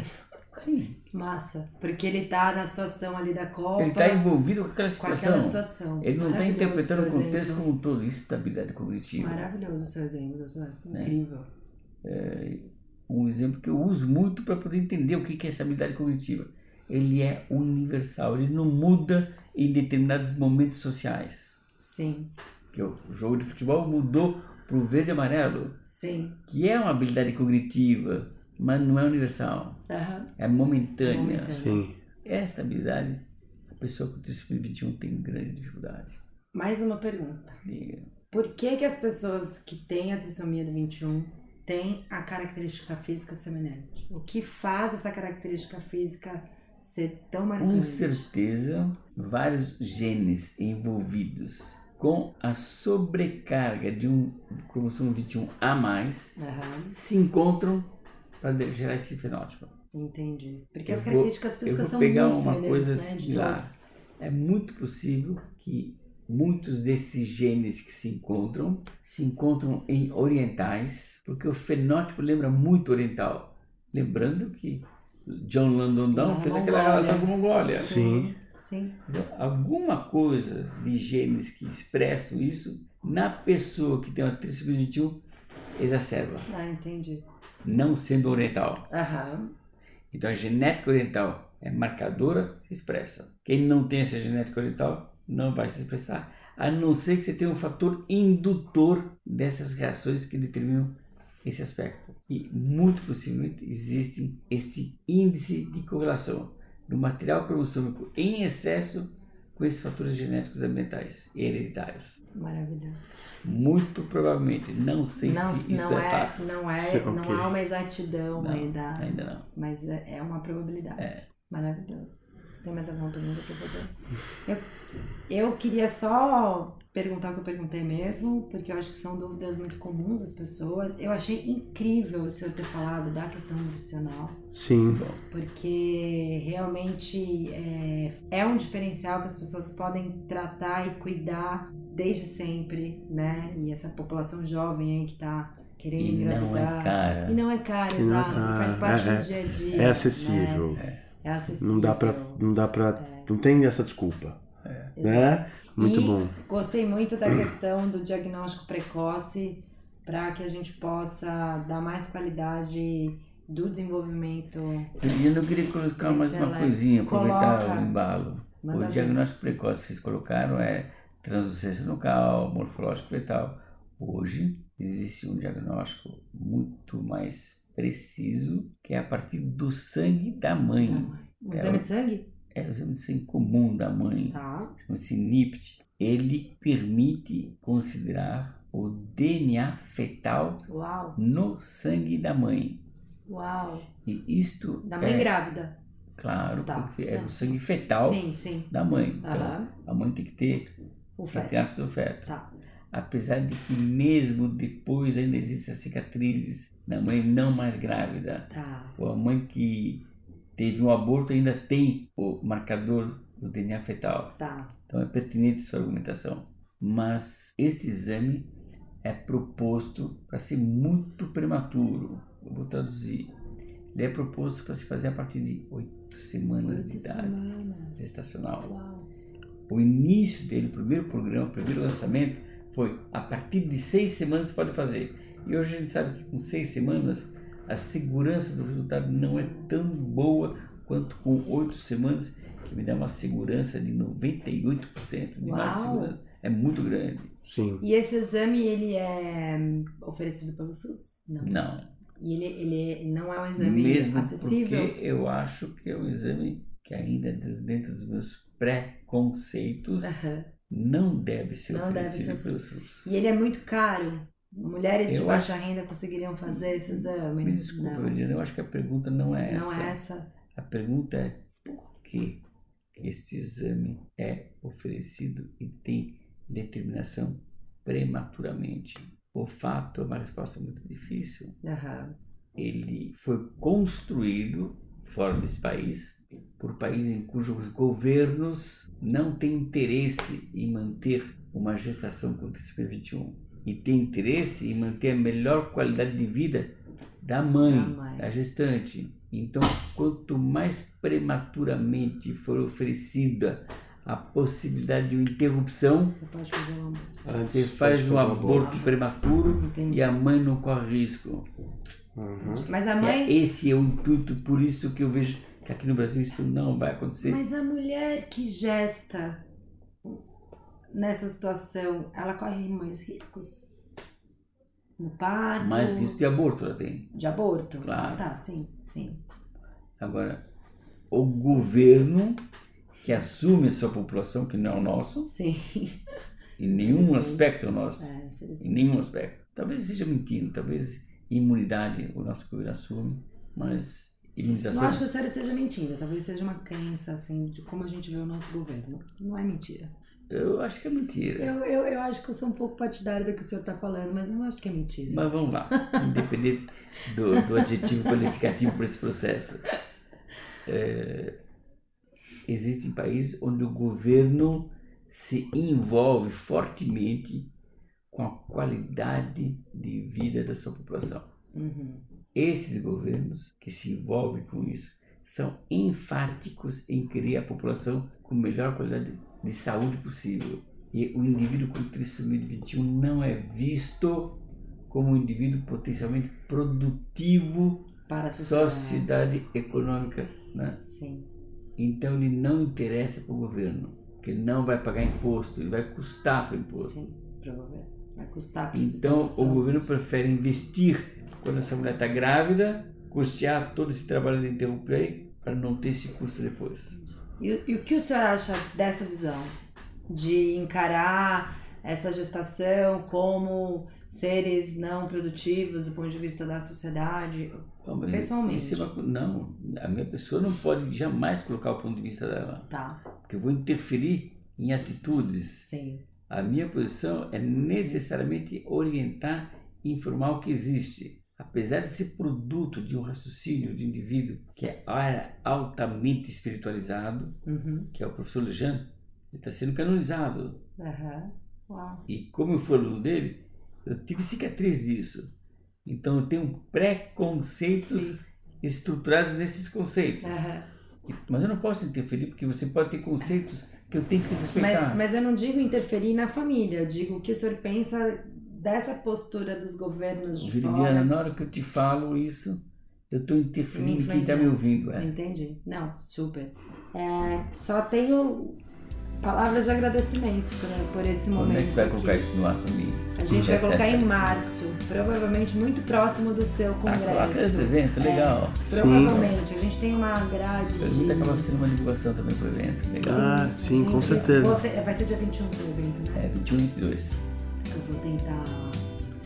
Speaker 5: Sim.
Speaker 4: Massa. Porque ele tá na situação ali da Copa.
Speaker 5: Ele está envolvido com aquela
Speaker 4: com aquela
Speaker 5: situação.
Speaker 4: situação.
Speaker 5: Ele não está
Speaker 4: Maravilhoso
Speaker 5: interpretando o
Speaker 4: seu
Speaker 5: contexto
Speaker 4: exemplo.
Speaker 5: como um todo. Isso é habilidade cognitiva.
Speaker 4: Maravilhoso o seu exemplo, doutor.
Speaker 5: Né?
Speaker 4: Incrível.
Speaker 5: Um exemplo que eu uso muito para poder entender o que que é essa habilidade cognitiva. Ele é universal. Ele não muda em determinados momentos sociais.
Speaker 4: Sim,
Speaker 5: que o jogo de futebol mudou para o verde e amarelo,
Speaker 4: sim.
Speaker 5: que é uma habilidade cognitiva, mas não é universal,
Speaker 4: Aham.
Speaker 5: é momentânea.
Speaker 4: Momentânea.
Speaker 3: sim.
Speaker 5: Essa habilidade, a pessoa com disciplina 21 tem grande dificuldade.
Speaker 4: Mais uma pergunta.
Speaker 5: Diga.
Speaker 4: Por que que as pessoas que têm a trissomia do 21 têm a característica física semelhante? O que faz essa característica física ser tão marcante?
Speaker 5: Com certeza, vários genes envolvidos com a sobrecarga de um cromossomo 21 a mais
Speaker 4: Aham,
Speaker 5: se encontram para gerar esse fenótipo.
Speaker 4: entendi. Porque
Speaker 5: Eu
Speaker 4: as
Speaker 5: vou-
Speaker 4: características
Speaker 5: eu
Speaker 4: físicas
Speaker 5: vou
Speaker 4: são
Speaker 5: pegar
Speaker 4: muito
Speaker 5: uma
Speaker 4: semelhantes,
Speaker 5: coisa assim
Speaker 4: né? de
Speaker 5: similar.
Speaker 4: todos.
Speaker 5: É muito possível que muitos desses genes que se encontram se encontram em orientais, porque o fenótipo lembra muito oriental. Lembrando que John Landon Down
Speaker 4: Na
Speaker 5: fez aquela
Speaker 4: Mongólia.
Speaker 5: relação com a Mongólia.
Speaker 3: Sim.
Speaker 4: Sim.
Speaker 5: Então, alguma coisa de genes que expressam isso na pessoa que tem uma trissomia 21 exacerba,
Speaker 4: Ah, entendi.
Speaker 5: não sendo oriental.
Speaker 4: Aham.
Speaker 5: Então a genética oriental é marcadora, se expressa. Quem não tem essa genética oriental não vai se expressar, a não ser que você tenha um fator indutor dessas reações que determinam esse aspecto. E muito possivelmente existe esse índice de correlação do material cromossômico em excesso com esses fatores genéticos ambientais e hereditários.
Speaker 4: Maravilhoso.
Speaker 5: Muito provavelmente, não sei
Speaker 4: não,
Speaker 5: se isso
Speaker 4: não
Speaker 5: é,
Speaker 4: é,
Speaker 5: fato.
Speaker 4: não
Speaker 5: [laughs]
Speaker 4: é,
Speaker 3: Sim,
Speaker 4: não
Speaker 3: ok.
Speaker 4: há uma exatidão
Speaker 5: Não,
Speaker 4: aí da,
Speaker 5: Ainda não.
Speaker 4: mas é é uma é probabilidade.
Speaker 5: É.
Speaker 4: Maravilhoso. tem mais alguma pergunta pra fazer? Eu, eu queria só perguntar o que eu perguntei mesmo, porque eu acho que são dúvidas muito comuns das pessoas. Eu achei incrível o senhor ter falado da questão nutricional,
Speaker 3: Sim.
Speaker 4: porque realmente é, é um diferencial que as pessoas podem tratar e cuidar desde sempre, né? E essa população jovem aí que tá querendo
Speaker 5: E não
Speaker 4: engravidar.
Speaker 5: é cara.
Speaker 4: E não é caro,
Speaker 3: E não é
Speaker 4: exato.
Speaker 3: caro.
Speaker 4: Faz parte
Speaker 3: É-
Speaker 4: do dia a dia.
Speaker 3: É acessível.
Speaker 4: né? É acessível. É.
Speaker 3: Não dá pra. Não dá para, não tem essa desculpa, né? Muito
Speaker 4: E-
Speaker 3: bom.
Speaker 4: Gostei muito da questão do diagnóstico precoce para que a gente possa dar mais qualidade do desenvolvimento.
Speaker 5: Eu não queria colocar mais uma
Speaker 4: Ela
Speaker 5: coisinha, aproveitar
Speaker 4: coloca-
Speaker 5: o embalo.
Speaker 4: Manda
Speaker 5: o
Speaker 4: ver.
Speaker 5: diagnóstico precoce que vocês colocaram é translucência nucal, morfológico fetal. Hoje existe um diagnóstico muito mais preciso, que é a partir do sangue da mãe.
Speaker 4: Um exame de sangue?
Speaker 5: É o exame de sangue comum da mãe,
Speaker 4: Tá.
Speaker 5: chama-se NIPT. Ele permite considerar o DNA fetal
Speaker 4: Uau,
Speaker 5: no sangue da mãe.
Speaker 4: uau.
Speaker 5: E isto
Speaker 4: Da mãe
Speaker 5: é,
Speaker 4: grávida.
Speaker 5: claro,
Speaker 4: Tá.
Speaker 5: porque é
Speaker 4: Tá.
Speaker 5: o sangue fetal
Speaker 4: Sim, sim.
Speaker 5: da mãe. Então,
Speaker 4: Aham.
Speaker 5: a mãe tem que ter
Speaker 4: O feto.
Speaker 5: retratos do feto.
Speaker 4: Tá.
Speaker 5: Apesar de que mesmo depois ainda existem as cicatrizes da mãe não mais grávida.
Speaker 4: Tá.
Speaker 5: Ou a mãe que teve um aborto ainda tem o marcador do DNA fetal.
Speaker 4: Tá.
Speaker 5: Então é pertinente sua argumentação. Mas este exame é proposto para ser muito prematuro. Eu vou traduzir. Ele é proposto para se fazer a partir de oito semanas de
Speaker 4: Oito
Speaker 5: idade
Speaker 4: semanas.
Speaker 3: tá
Speaker 5: gestacional.
Speaker 4: Uau.
Speaker 5: O início dele, o primeiro programa, o primeiro lançamento, foi a partir de seis semanas você pode fazer. E hoje a gente sabe que com seis semanas a segurança do resultado não é tão boa quanto com oito semanas, que me dá uma segurança de 98% de margem de
Speaker 4: Uau.
Speaker 5: segurança. É muito grande.
Speaker 3: Sim.
Speaker 4: E esse exame, ele é oferecido pelo SUS? Não.
Speaker 5: Não.
Speaker 4: E ele, ele não é um exame
Speaker 5: Mesmo
Speaker 4: acessível?
Speaker 5: porque eu acho que é um exame que ainda dentro dos meus
Speaker 4: [laughs]
Speaker 5: preconceitos
Speaker 4: Aham.
Speaker 5: não deve ser
Speaker 4: Não deve
Speaker 5: oferecido
Speaker 4: ser-
Speaker 5: pelo SUS.
Speaker 4: E ele é muito caro. Mulheres de
Speaker 5: Eu Hum,
Speaker 4: baixa renda conseguiriam fazer esse exame?
Speaker 5: Me desculpa,
Speaker 4: não.
Speaker 5: Virginia, eu acho que a pergunta não é
Speaker 4: Não
Speaker 5: essa.
Speaker 4: é essa.
Speaker 5: A pergunta é por que este exame é oferecido e tem determinação prematuramente. O fato é uma resposta muito difícil.
Speaker 4: Aham.
Speaker 5: Ele foi construído fora desse país por países em cujos governos não têm interesse em manter uma gestação com trispia 21 e tem interesse em manter a melhor qualidade de vida da mãe, é.
Speaker 4: Da mãe.
Speaker 5: da gestante. Então, quanto mais prematuramente for oferecida a possibilidade de uma interrupção,
Speaker 4: Você pode fazer uma.
Speaker 5: você faz um aborto prematuro
Speaker 4: Entendi.
Speaker 5: Hum, e a mãe não corre risco.
Speaker 3: Uhum.
Speaker 4: Mas a
Speaker 5: É,
Speaker 4: mãe.
Speaker 5: esse é o intuito, por isso que eu vejo que aqui no Brasil isso não vai acontecer.
Speaker 4: Mas a mulher que gesta nessa situação, ela corre mais riscos? No parto?
Speaker 5: Mais risco de aborto ela tem.
Speaker 4: De aborto?
Speaker 5: Claro.
Speaker 4: Tá, sim, sim.
Speaker 5: Agora, o governo que assume a sua população, que não é o nosso,
Speaker 4: Sim.
Speaker 5: em nenhum
Speaker 4: Infelizmente.
Speaker 5: aspecto é o nosso,
Speaker 4: É,
Speaker 5: em
Speaker 4: infelizmente.
Speaker 5: nenhum aspecto. Talvez esteja mentindo, talvez imunidade o nosso governo assume, mas
Speaker 4: Não
Speaker 5: imunização
Speaker 4: acho que o senhor esteja mentindo, talvez seja uma crença, assim, de como a gente vê o nosso governo. Não é mentira.
Speaker 5: eu acho que é mentira.
Speaker 4: Eu, eu, eu acho que eu sou um pouco partidária do que o senhor tá falando, mas não acho que é mentira.
Speaker 5: Mas vamos lá, independente do, do adjetivo qualificativo para esse processo. É, existem países onde o governo se envolve fortemente com a qualidade de vida da sua população.
Speaker 4: Uhum.
Speaker 5: Esses governos que se envolvem com isso são enfáticos em querer a população com a melhor qualidade de saúde possível. E o indivíduo com trissomia 21 não é visto como um indivíduo potencialmente produtivo
Speaker 4: Para a sociedade.
Speaker 5: sociedade econômica. Né?
Speaker 4: Sim.
Speaker 5: Então ele não interessa para o governo, porque ele não vai pagar imposto, ele vai custar para o imposto.
Speaker 4: Sim. Para o governo. Vai custar para
Speaker 5: Então o governo prefere investir quando essa mulher está grávida, custear todo esse trabalho de interromper para não ter esse custo depois.
Speaker 4: E, e o que o senhor acha dessa visão? De encarar essa gestação como seres não produtivos do ponto de vista da sociedade.
Speaker 5: Não, mas
Speaker 4: Pessoalmente.
Speaker 5: esse vacu- não, a minha pessoa não pode jamais colocar o ponto de vista dela,
Speaker 4: Tá,
Speaker 5: porque eu vou interferir em atitudes.
Speaker 4: sim,
Speaker 5: A minha posição é necessariamente orientar e informar o que existe. Apesar desse produto de um raciocínio de um indivíduo que é a- altamente espiritualizado,
Speaker 4: uhum.
Speaker 5: que é o professor Lejean, ele está sendo canonizado.
Speaker 4: Aham. Uau.
Speaker 5: E como eu fui aluno dele, eu tive cicatriz disso. Então eu tenho preconceitos
Speaker 4: Sim.
Speaker 5: estruturados nesses conceitos.
Speaker 4: Aham.
Speaker 5: Mas eu não posso interferir porque você pode ter conceitos que eu tenho que respeitar.
Speaker 4: Mas, mas eu não digo interferir na família, eu digo o que o senhor pensa dessa postura dos governos de
Speaker 5: Viridiana, né?
Speaker 4: fora.
Speaker 5: na hora que eu te falo isso, eu estou interferindo em quem está me
Speaker 4: Influenciando.
Speaker 5: ouvindo. É.
Speaker 4: Entendi. Não, super. É, só tenho palavras de agradecimento por, por esse
Speaker 5: Quando
Speaker 4: momento.
Speaker 5: é que você vai
Speaker 4: aqui.
Speaker 5: colocar isso no ar para mim? Ah,
Speaker 4: A gente vai
Speaker 5: Essa-
Speaker 4: colocar em março, provavelmente muito próximo do seu
Speaker 5: Ah, coloca esse
Speaker 4: congresso. É.
Speaker 5: evento, legal.
Speaker 4: Provavelmente. A gente tem uma grade de.
Speaker 5: Pergunta acaba sendo uma divulgação também para o evento, legal.
Speaker 3: Ah, sim, com
Speaker 4: Gente,
Speaker 3: certeza.
Speaker 4: vou te- Vai ser dia 21 do evento, né?
Speaker 5: É 21 e 22.
Speaker 4: Eu vou tentar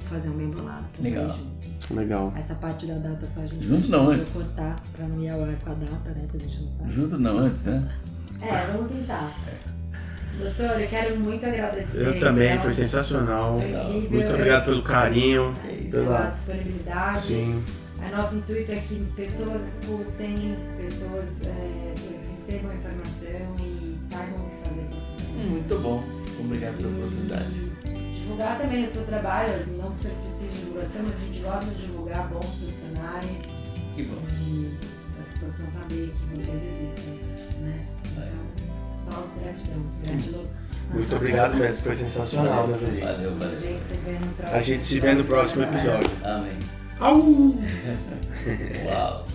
Speaker 4: fazer um membolado pra
Speaker 5: Legal.
Speaker 4: sair junto.
Speaker 3: Legal.
Speaker 4: Essa parte da data só a gente
Speaker 5: Junto não,
Speaker 4: a gente
Speaker 5: antes.
Speaker 4: vai cortar pra não ir ao ar com a data, né? Pra gente não saber.
Speaker 5: Junto não, antes, né?
Speaker 4: É, vamos tentar.
Speaker 5: É.
Speaker 4: Doutor, eu quero muito agradecer.
Speaker 3: Eu também,
Speaker 4: pela-
Speaker 3: foi sensacional.
Speaker 4: Foi incrível.
Speaker 3: Muito obrigado pelo carinho.
Speaker 5: É isso.
Speaker 4: Pela disponibilidade.
Speaker 3: Sim,
Speaker 4: É, nosso intuito é que pessoas escutem, pessoas é, recebam informação e saibam o que fazer com essa informação.
Speaker 5: Muito bom. Obrigado pela oportunidade.
Speaker 4: E Divulgar também o seu trabalho, não que o senhor precise de divulgação, mas a gente gosta de divulgar bons profissionais
Speaker 5: Que bom.
Speaker 4: e as pessoas vão saber que vocês existem, né? Então, só gratidão, gratidão.
Speaker 3: muito obrigado mesmo, foi sensacional, né, meu querido.
Speaker 5: Valeu,
Speaker 4: A
Speaker 5: valeu.
Speaker 4: gente se vê no próximo
Speaker 3: A gente se vê no próximo episódio.
Speaker 5: Amém.
Speaker 3: Au!
Speaker 5: Uau.